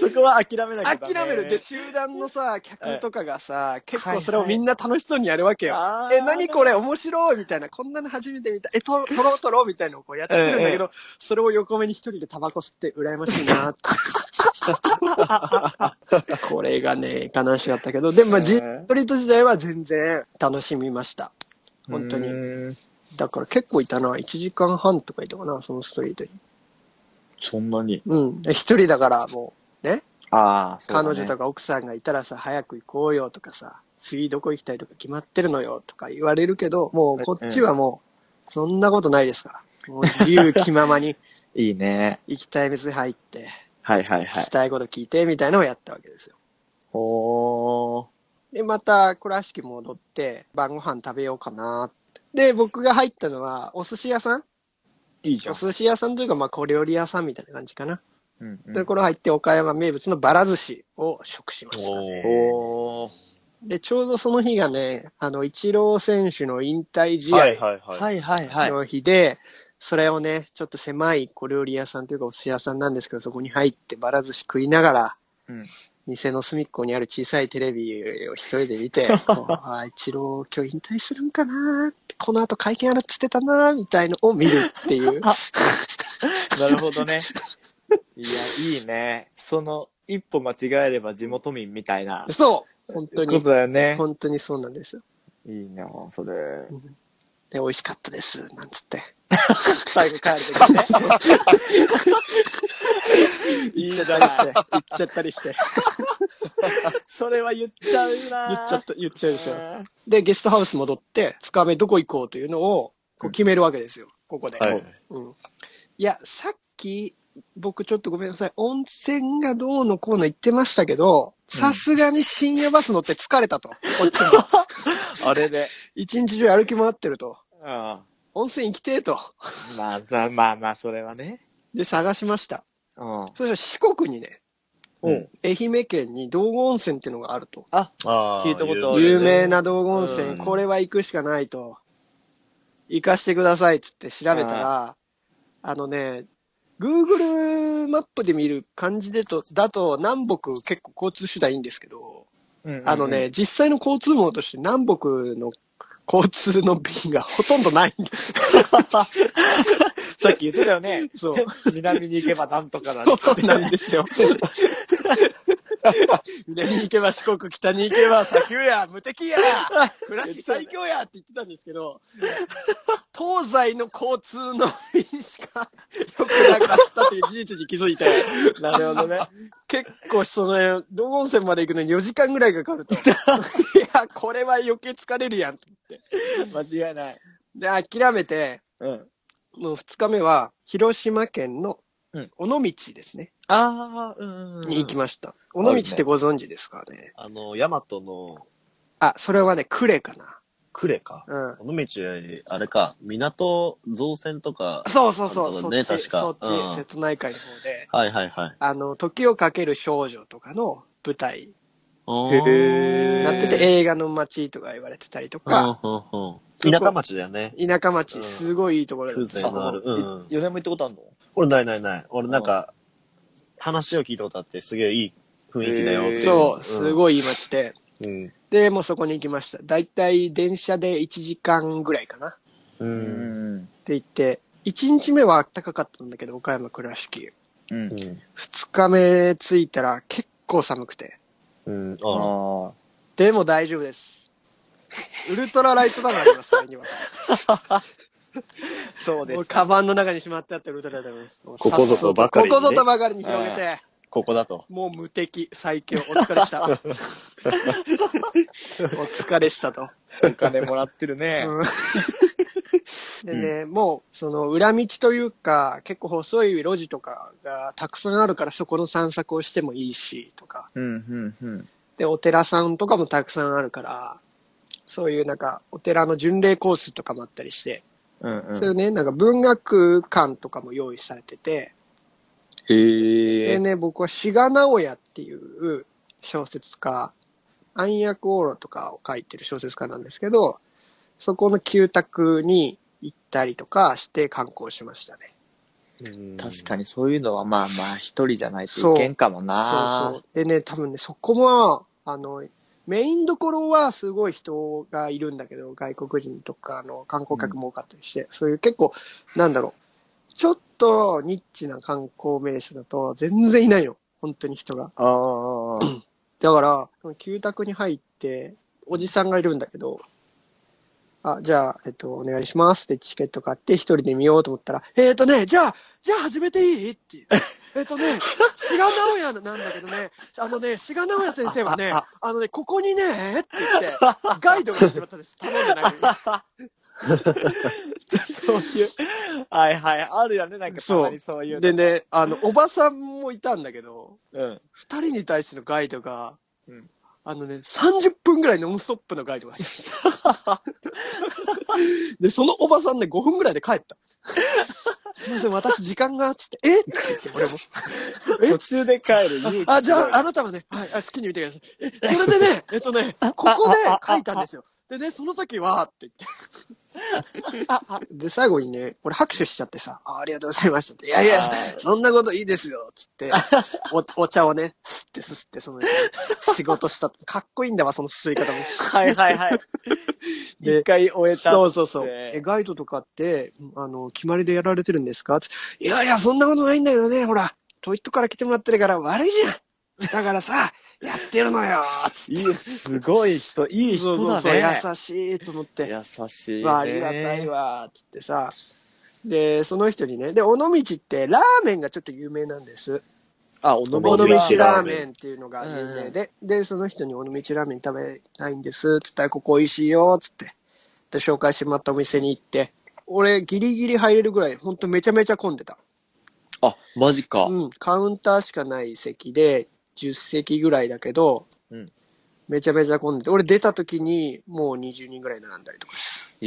S5: そこは諦めなきゃダメ。
S2: 諦める。で、集団のさ、客とかがさ、結構それをみんな楽しそうにやるわけよ。
S5: あ
S2: え、何これ面白いみたいな、こんなの初めて見た。え、と、とろうとろうみたいなのをこうやってるんだけど、それを横目に一人でタバコ吸って羨ましいなって これがね、悲しかったけど、でも、まあ、ジ
S5: うん
S2: ストリート時代は全然楽しみました。本当に。
S5: に。
S2: だから結構いたな。1時間半とかいたかな、そのストリートに。
S4: そんなに。
S2: うん。一人だからもう、ね。
S4: ああ、そうだ
S2: 彼
S4: ね
S2: 女とか奥さんがいたらさ、早く行こうよとかさ、次どこ行きたいとか決まってるのよとか言われるけど、もうこっちはもう、そんなことないですから。もう自由気ままに
S4: いいね。
S2: 行きたい店入って、
S4: はいはいは
S2: 聞
S4: い
S2: き。たいこと聞いてみたいなのをやったわけですよ。
S4: おー。
S2: で、また倉敷戻って、晩ご飯食べようかなって。で、僕が入ったのは、お寿司屋さん
S4: いいじ
S2: お。寿司屋さんというか、まあ、小料理屋さんみたいな感じかな。
S4: うんうん
S2: で、これ入って、岡山名物のバラ寿司を食しました。
S3: おー。
S4: おー。
S2: で、ちょうどその日がね、あの、イチロー選手の引退試
S3: はい
S2: 合
S3: はいはい。
S5: はいはいはい。
S2: の日で、それをね、ちょっと狭い小料理屋さんというかお寿司屋さんなんですけど、そこに入ってばら寿司食いながら、
S4: うん
S2: 店の隅っこにある小さいテレビを一人で見て、こうあーイチロー今日引退するんかなーって、この後会見あるっつってたなーみたいのを見るっていう。
S4: なるほどね。いや、いいね。その、一歩間違えれば地元民みたいな。
S2: そう本当
S4: こ
S2: に
S4: と、だよね。
S2: 本当にそうなんですよ。
S4: いいなそれ。
S2: で、美味しかったです、なんつって。
S5: 最後帰るとき ね。
S4: いいじゃない。
S2: 言っちゃったりして。
S5: それは言っちゃうな
S2: 言っちゃった、言っちゃうでしょ。で、ゲストハウス戻って、2日目どこ行こうというのをこう決めるわけですよ、ここで、
S3: はい。
S2: うん。いや、さっき、僕ちょっとごめんなさい、温泉がどうのこうの言ってましたけど、さすがに深夜バス乗って疲れたと。こっちも。
S4: あれで。
S2: 一日中歩き回ってると。
S4: うん。ま
S2: 温泉行きてえと。
S4: あ、ざまあまあ、それはね。
S2: で、探しました。
S4: うん。
S2: そしたら四国にね、
S3: うん
S2: 愛媛県に道後温泉っていうのがあると。
S3: あー
S4: 聞いたことある
S2: 有名な道後温泉、
S3: うん
S2: これは行くしかないと、行かしてくださいっつって調べたら、あのね、Google マップで見る感じでと、だと南北結構交通手段いいんですけど、あのね、実際の交通網として南北の交通の便がほとんどないんです。
S4: さっき言ってたよね。
S2: そう。
S4: 南に行けばなんとかだ。
S2: そうなんですよ。南に行けば四国、北に行けば砂丘や、無敵や、暮らし最強やって言ってたんですけど、東西の交通の便しか良くなかったという事実に気づいて、
S4: なるほどね。
S2: 結構その、道後温泉まで行くのに4時間ぐらいかかると。 いや、これは余計疲れるやん。
S5: 間違いない。
S2: で、諦めて、
S4: うん。
S2: もう2日目は、広島県の
S4: うん
S2: 尾道ですね、
S4: ああ、うん
S2: に行きました。尾道ってご存知ですかね
S3: あの、ヤマトの
S2: あ、それはね、クレかな。
S3: クレか。
S2: うん。
S3: この道より、あれか、港造船とか。
S2: そうそうそう、
S3: あ
S2: そ
S3: の
S2: っ
S3: ね
S2: ち、
S3: 確か
S2: そっち、
S3: うん
S2: 瀬戸内海の方で、
S3: はいはいはい。
S2: あの、時をかける少女とかの舞台
S3: お
S2: に
S4: へ
S2: なってて、映画の街とか言われてたりとか、
S3: うんうんうん田舎町だよね。
S2: 田舎町、
S3: うん
S2: すごいいいところだ
S3: 風情のある。うん。
S5: 米も行ったことあるの
S3: 俺ないないない。俺なんか、話を聞いたことあって、すげえいい雰囲気だよって。
S2: そう、す
S3: い。
S2: ごいいい街で。
S3: うん。
S2: で、もうそこに行きました。だいたい電車で1時間ぐらいかな。っ
S3: う。
S4: うんん。
S2: て言って、1日目は暖かかったんだけど、岡山倉敷。
S4: うん。
S3: うん。
S2: 2日目着いたら結構寒くて。
S3: うん。
S4: あ
S3: あ
S4: あ。
S2: でも大丈夫です。ウルトラライトダウンあります、それには。
S4: そう で
S2: も う
S4: す。
S2: カバンの中にしまってあったウルトラライトダウンです。こ
S3: ここぞとばかりにね
S2: ここぞとばかりに広げて、
S3: ここだと。
S2: もう無敵、最強、お疲れ した。お疲れしたと。
S4: お金もらってるね。
S2: うんでね、もう、その、裏道というか、結構細い路地とかがたくさんあるから、そこの散策をしてもいいし、とか。
S5: うん、うん、うん。
S2: で、お寺さんとかもたくさんあるから、そういうなんか、お寺の巡礼コースとかもあったりして、
S5: うん、
S2: そうれ
S5: ん。
S2: ね、なんか文学館とかも用意されてて、
S5: へ
S2: で
S5: え。
S2: ね、僕は志賀直哉っていう小説家、暗躍オーロとかを書いてる小説家なんですけど、そこの旧宅に行ったりとかして観光しましたね。
S5: 確かにそういうのはまあまあ一人じゃない
S2: そ
S5: と
S2: う
S5: いけんかも
S2: そうそ
S5: な。
S2: う。でね、多分ね、そこも、あの、メインどころはすごい人がいるんだけど、外国人とかあの観光客も多かったりして、そういう結構、なんだろう、ちょっとニッチな観光名所だと全然いないよ。本当に人が。
S5: ああ。うん
S2: だから、その旧宅に入って、おじさんがいるんだけど、あ、じゃあ、えっと、お願いしますってチケット買って一人で見ようと思ったら、えっ、とね、じゃあ、じゃあ始めていいって いう。えっとね、菅直哉なんだけどね、あのね、菅直哉先生はね、あのね、ここにね、って言って、ガイドが始まったん です。頼んでないのに。
S5: そういう。はいはい。あるよね。なんかたまにそう いうの。
S2: でね、あの、おばさんもいたんだけど、
S5: うん。
S2: 二人に対してのガイドが、
S5: うん
S2: あのね、30分ぐらいノンストップのガイドが走 ってたで、そのおばさんね、5分ぐらいで帰った。すいません、私時間が、つって、えって言って、俺
S5: 途
S2: も。
S5: 中で帰る勇気。
S2: あ、じゃあ、あなたはね、はい、あ好きに見てください。えそれで ね、えっとね、ここで書いたんですよ。でね、その時は、って言って。ああで、最後にね、俺拍手しちゃってさ、あありがとうございましたって。いやいや
S5: はい、
S2: そんなこといいですよ、つ って、おお茶をね、すってすって、その、仕事した。かっこいいんだわ、その吸い 方も。
S5: はいはいはい。
S2: で
S5: 一回終えた。
S2: そうそうそう。
S5: で
S2: え、ガイドとかって、あの、決まりでやられてるんですかつっていやいや、そんなことないんだけどね、ほら、トイットから来てもらってるから悪いじゃん。だか らさ、やってるのよ。
S5: いい、すごい人、いい人だね。
S2: 優しいと思って。
S5: 優しい、ね。
S2: まあ、ありがたいわ、つってさ。で、その人にね、で、尾道ってラーメンがちょっと有名なんです。
S5: あ、おの
S2: 尾
S5: ぼ
S2: 道
S5: り
S3: り
S2: ラーメンっていうのが有名で、で、その人に尾道ラーメン食べたいんです、つったら、ここ美味しいよ、つって。で、紹介してもらったお店に行って、俺、ギリギリ入れるぐらい、ほんとめちゃめちゃ混んでた。
S4: あ、マジか。
S2: うん、カウンターしかない席で、10席ぐらいだけど、
S5: うん
S2: めちゃめちゃ混んでて、俺出た時にもう20人ぐらい並んだりとかし
S5: え
S2: て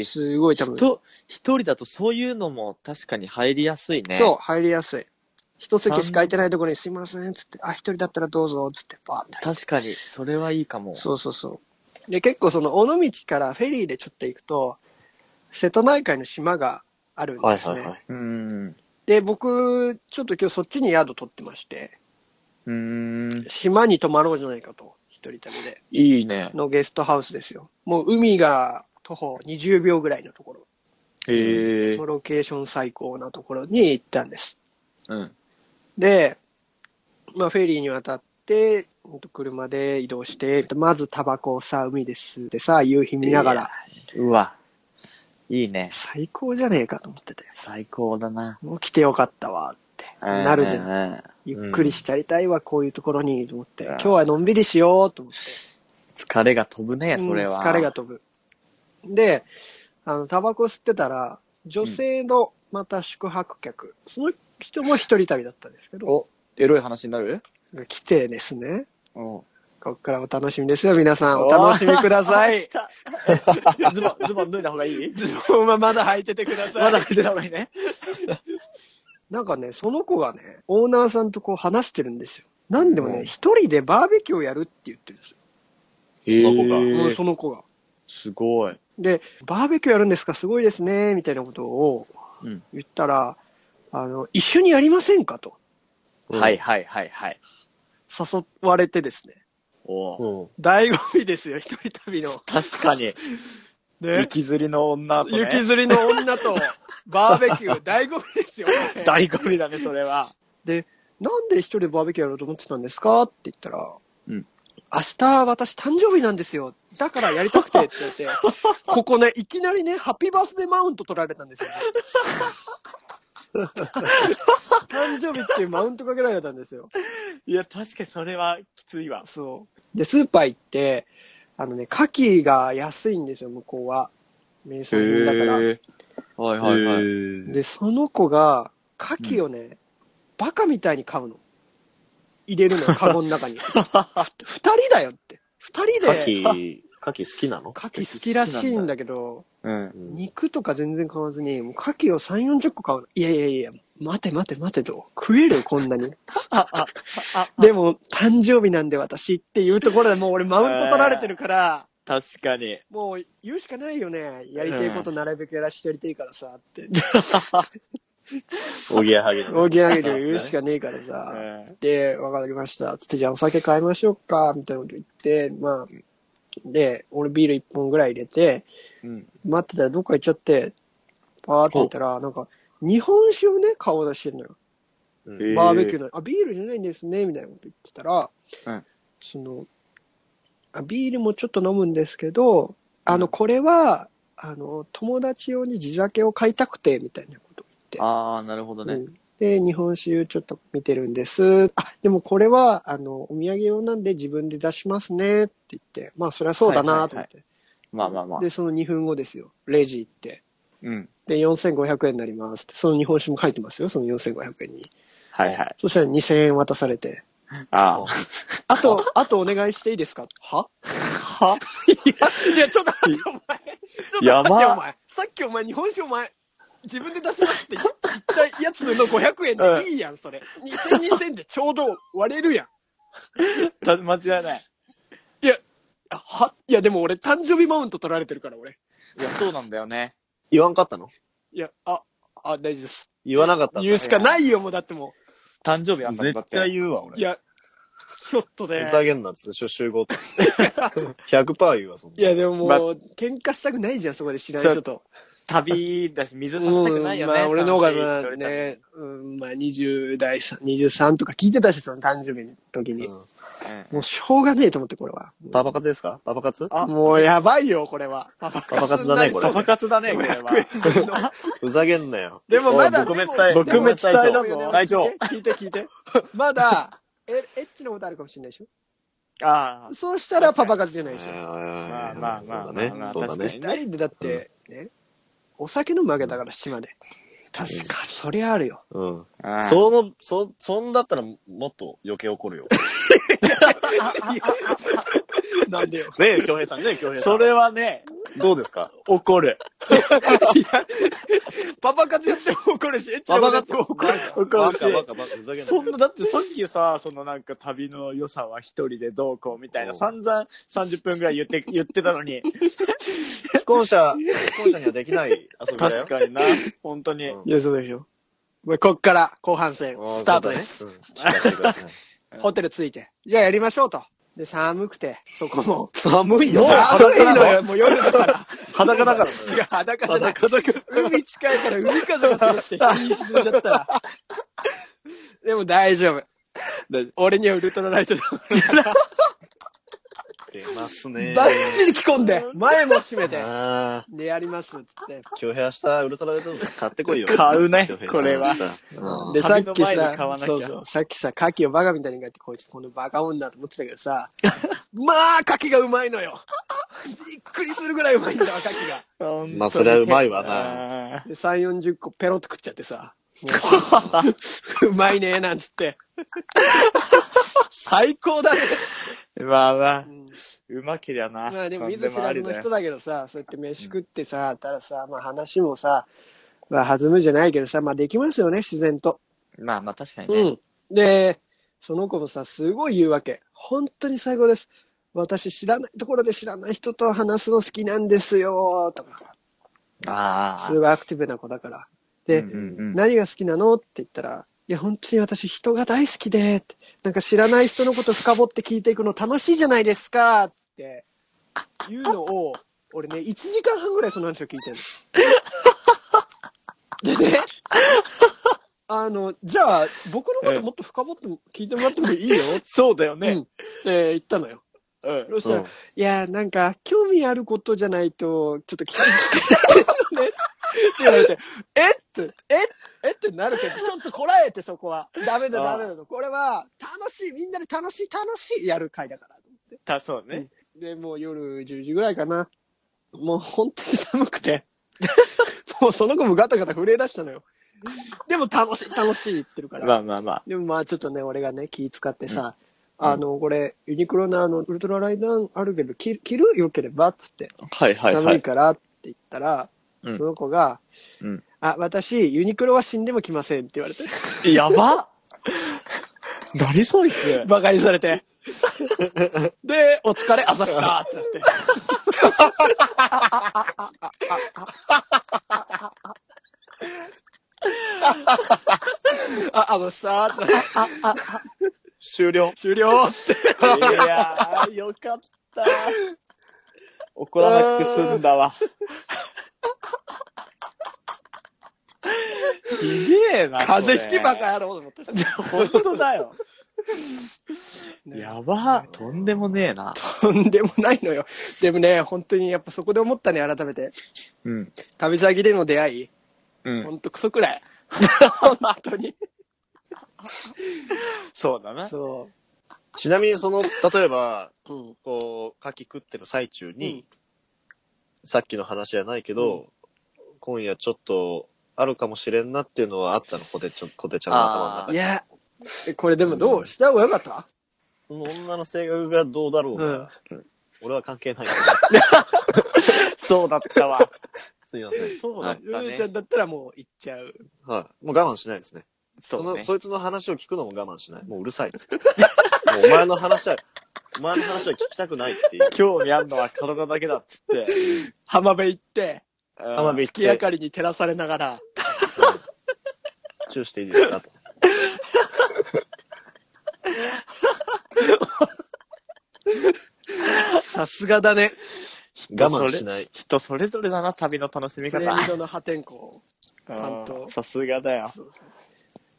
S5: ー、
S2: すごい多分、
S5: 人、一人だとそういうのも確かに入りやすいね。
S2: そう、入りやすい。一席しか空いてないところに、すいません、つって、あ、一人だったらどうぞ、つって、バーって。
S5: 確かに、それはいいかも。
S2: そうそうそう。で、結構その、尾道からフェリーでちょっと行くと、瀬戸内海の島があるん
S3: は
S2: で
S3: い
S2: すね。
S3: はいはい。
S5: うん。
S2: で、僕、ちょっと今日そっちに宿取ってまして、
S5: うん。
S2: 島に泊まろうじゃないかと、一人旅で、
S5: いいね。
S2: のゲストハウスですよ。もう海が徒歩20秒ぐらいのところ、
S5: へえ
S2: も。うロケーション最高なところに行ったんです。
S5: うん。
S2: で、まあ、フェリーに渡って、ほんと車で移動して、まずタバコをさ、海ですってさ、夕日見ながら、
S5: うわ。いいね。
S2: 最高じゃねえかと思ってて。
S5: 最高だな。
S2: もう来てよかったわって、なるじゃん。
S5: ゃん。
S2: ゆっくりしちゃいたいわ、こういうところに、と思って。
S5: うん
S2: 今日はのんびりしようと思って。
S5: 疲れが飛ぶね、それは。
S2: うん疲れが飛ぶ。で、あの、タバコ吸ってたら、女性の、また宿泊客、その人も一人旅だったんですけど、
S5: お、エロい話になる
S2: 来てですね。
S5: うん。
S2: こっからお楽しみですよ、皆さん。お楽しみくだ さい。
S5: ズボン、 ズボン脱いだ方がいい
S2: ズボンはまだ履いててくださ
S5: ま
S2: い。
S5: だ脱いだ方がいいね。
S2: なんかね、その子がね、オーナーさんとこう話してるんですよ。なんでもね、一人でバーベキューをやるって言ってるんですよ。
S5: へ
S3: の子が
S2: もう
S5: え。
S2: その子が。
S5: すごい。
S2: で、バーベキューやるんですかすごいですね、みたいなことを
S5: うん
S2: 言ったら、あの、一緒にやりませんかと
S5: はいはいはいはい。
S2: 誘われてですね。
S5: おー
S3: うん。
S2: 醍醐味ですよ、一人旅の。
S5: 確かに、
S2: ね
S5: 雪吊りの女と
S2: 雪
S5: ね。
S2: 吊りの女とバーベキュー、醍醐味ですよ。
S5: 醍醐味だね、それは。
S2: なんで一人でバーベキューやろうと思ってたんですかって言ったら、
S5: うん
S2: 明日私誕生日なんですよ。だからやりたくてって言って、ここね、いきなりね、ハッピーバースデーマウント取られたんですよ、ね。 誕生日っていうマウントかけられたんですよ。
S5: いや、確かにそれはきついわ。
S2: そう。で、スーパー行って、あのね、牡蠣が安いんですよ、向こうは。名産品だから。
S4: へーはいはいはい。
S2: で、その子が、牡蠣をね、バカみたいに買うの。入れるの、カゴの中に。ふ二人だよって。二人で、
S3: 牡蠣、牡蠣好きなの
S2: 牡蠣好きらしいんだけど、
S4: うん。
S3: うん
S2: 肉とか全然買わずに、もう牡蠣を3、40個買うの。いやいやいや、待て待て待てと。食えるよ、こんなに。でも、誕生日なんで私っていうところでもう俺マウント取られてるから、
S4: 確かに。
S2: もう言うしかないよね。やりたいことなるべくやらしてやりたいからさ、って。
S3: おぎやはぎの。
S2: 大きなげで言うしかねえからさ。で、わかりました。つって、じゃあお酒買いましょうか、みたいなこと言って、まあ、で、俺ビール一本ぐらい入れて、
S4: うん
S2: 待ってたらどっか行っちゃって、パーって見たら、なんか、日本酒をね、顔出してるのよ。
S3: うん
S2: バーベキューの、あ、ビールじゃないんですね、みたいなこと言ってたら、
S4: うん
S2: そのあ、ビールもちょっと飲むんですけど、あの、これは、あの、友達用に地酒を買いたくて、みたいなこと
S4: ああ、なるほどね。
S2: で、日本酒ちょっと見てるんです。あ、でもこれは、あの、お土産用なんで自分で出しますねって言って、まあそりゃそうだなと思って、
S4: まあまあまあ。
S2: で、その2分後ですよ。レジ行って。
S4: うん。
S2: で、4500円になりますって。その日本酒も書いてますよ、その4500円に。
S4: はいはい。
S2: そしたら2000円渡されて。
S4: あ
S2: あと、あとお願いしていいですかははいや、いや、ちょっと待って、お前。
S4: あ。や
S2: いや、お
S4: ば
S2: 前。さっきお前、日本酒お前、自分で出しますって言ったやつの500円でいいやん、それ。2000、2000でちょうど割れるやん。
S4: た間違いない。
S2: あはいや、でも俺、誕生日マウント取られてるから、俺。
S4: いや、そうなんだよね。
S3: 言わんかったの
S2: いや、あ、あ、大丈夫です。
S3: 言わなかったんだ
S2: 言うしかないよ、もう、だっても
S4: 誕生日あったんだっ
S3: 絶
S4: て。
S3: 対言うわ、
S2: う。い
S3: 俺。
S2: や、ちょっとね
S3: ふ。ざけんな、つしょ集合って。100%言うわ、そ
S2: い
S3: んな。
S2: や、でももう、
S4: ま
S2: 喧嘩したくないじゃん、そこで知らない人と。
S4: 旅だし、水させたくないよね。
S2: うんまあ、俺の方が
S4: 楽
S2: まあ
S4: しい一人旅
S2: ね、うん、まあ、20代、23とか聞いてたし、その誕生日の時に。
S4: うん
S2: もう、しょうがねえと思って、これは。
S3: パパ活ですかパパ活
S2: あ、もう、やばいよ、これは。パパ
S3: パパ活だね、これ
S4: パ。パ活だね、これは。
S3: ふざけんなよ。
S2: でもまだ
S3: おい撲滅隊。
S2: でも
S4: 撲滅隊だぞ
S2: でも
S3: 隊長
S2: 聞いて聞いて。聞いてまだ、え、エッチなことあるかもしれないでしょ
S4: ああ。
S2: そうしたらパパ活じゃないでしょ
S3: ま
S4: あまあ
S3: そうだね
S4: まあまあ。
S3: そうだ
S4: 確か
S3: ね
S4: に。
S2: 二人でだって、ね、お酒飲むわけだから、島で。確かに。そりゃあるよ。
S3: うん。
S4: ああ
S3: その、そ、そんだったらもっと余計怒るよ。
S2: なんでよ。
S3: ねえ、京平さんね、京平さん。
S4: それはね、
S3: どうですか
S4: 怒る。
S2: パパ活やっても怒るし、エッチなことやっても怒るし。
S4: 怒るし
S3: バカバカバカ、ふざけんな
S4: そ
S3: よ
S4: ん。な、だってさっきさ、そのなんか旅の良さは一人でどうこうみたいな、
S3: うん
S4: 散々30分ぐらい言って、言ってたのに。
S3: 既婚者、既婚者にはできない遊びだよ
S4: 確。かにな。本当に。
S3: うん
S2: いや、そうでしょ。まあこっから後半戦、スタートね。
S3: す。うん聞かせてください
S2: ホテル着いて。じゃあやりましょうと。で、寒くて、そこも。
S3: 寒いよ。
S2: 寒いのよ、もう夜だから。
S3: 裸だから。
S2: いや、裸じゃない。
S3: 裸だから。
S2: 海近いから海風がするって、日に沈んじゃったら。でも大丈夫。俺にはウルトラライトだ。
S3: 出ますね。
S2: バッチリ着込んで、前も閉めて。
S3: ああ。
S2: で、やります、つって。
S3: 京平明日、ウルトラレッド買ってこいよ。
S4: 買うね
S3: 京平さん
S4: これは。
S3: うん
S2: で、さっき
S4: 旅の前に買
S2: さ
S4: わ、なきゃ
S2: そうそう、さっきさ、牡蠣をバカみたいに買って、こいつこのバカ女と思ってたけどさ、まあ、牡蠣がうまいのよ。びっくりするぐらいうまいんだわ、牡蠣が。
S3: まあ、それはうまいわな。
S4: な。
S2: で、3、40個ペロッと食っちゃってさ、も ううまいねなんつって。最高だね。
S4: まあまあ
S2: う、ん
S4: うまけりゃな。
S2: まあでも見ず知らずの人
S4: だ
S2: だけどさ、そうやって飯食ってさ、たらさ、まあ話もさ、まあ弾むじゃないけどさ、まあできますよね、自然と。
S4: まあまあ確か
S2: う
S4: にね。
S2: ん。で、その子もさ、すごい言うわけ。本当に最高です。私知らないところで知らない人と話すの好きなんですよ、とか。
S4: ああ
S2: す。ごいアクティブな子だから。で、
S4: うんうん
S2: 何が好きなのって言ったら、いや、本当に私人が大好きで、ってなんか知らない人のこと深掘って聞いていくの楽しいじゃないですか、って、いうのを、俺ね、1時間半ぐらいその話を聞い てるの。でね、あの、じゃあ、僕のこともっと深掘っても聞いてもらってもいいよ、
S4: そうだよ
S2: うんっ
S4: ね。
S2: て言ったのよ。
S4: うん。
S2: そしたら、
S3: うん
S2: いや、なんか、興味あることじゃないと、ちょっと聞き ないね。って言われて、えって、ええってなるけど、ちょっとこらえて、そこは。ダメだ、
S4: あ
S2: ダ
S4: あ
S2: メだと。これは、楽しい、みんなで楽しい、楽しい、やる会だから。
S4: たそうね。
S2: で、もう夜10時ぐらいかな。もう本当に寒く て、もうその子もガタガタ震え出したのよ。でも楽しい、楽しい言ってるから。
S4: まあまあまあ。
S2: でもまあちょっとね、俺がね、気使ってさ、あの、これ、ユニクロのあの、ウルトラライダーあるけど、着着るよければっつって、
S4: はいはいは
S2: 寒い
S4: い。
S2: からって言ったら、
S4: うん
S2: その子が、
S4: うん
S2: あ、私、ユニクロは死んでも来ませんって言われて、
S4: やば何そいつ
S2: バカにされて。で、お疲れ、朝 したってなって。あ、あのした ーってなって
S3: 終了。
S2: 終了っつって。
S4: いやー、よかった。怒らなくて済んだわ。ひげえな。
S2: 風邪ひきバ
S4: か
S2: カ野郎と思ってさ。
S4: 本当だよ。やば。とんでもねえな。
S2: とんでもないのよ。でもね、本当にやっぱそこで思ったね、改めて。
S4: うん。
S2: 旅先での出会い、
S4: うん。
S2: ほんとクソくら い。 本当に。
S4: そうだな。
S2: そ
S3: ちなみにその、例えば、
S2: う。うん。
S3: こう、牡蠣食ってる最中
S2: に
S3: に、、さっきの話じゃないけど、今夜ちょっと、あるかもしれんなっていうのはあったの、こてちゃん、こてちゃんの頭の中
S2: い
S3: で。
S2: や、えこれでもどうした方がよかった
S3: その女の性格がどうだろうが、
S2: うん
S3: 俺は関係ない。
S4: そうだったわ。
S3: すいません。
S4: そうだっ
S2: ゆ
S4: た
S2: うちゃ
S4: ね。
S2: んだったらもう行っちゃう。
S3: はい。もう我慢しないですね。
S6: そ
S3: そうの
S6: ね。
S3: そいつの話を聞くのも我慢しない。もううるさい です。もうお前の話は、お前の話は聞きたくないって いう。
S4: 興味あんのは体だけだっつって。
S2: 浜辺行って、
S4: 浜
S3: 浜辺行
S2: 月明
S3: って、
S2: かりに照らされながら、
S3: チューしていいですかと。
S2: さすがだね。
S3: 我慢しない。
S4: 人それぞれだな、旅の楽しみ
S2: フ
S4: 方
S2: レ。ンドの破天荒。担当
S4: うんさすがだよ。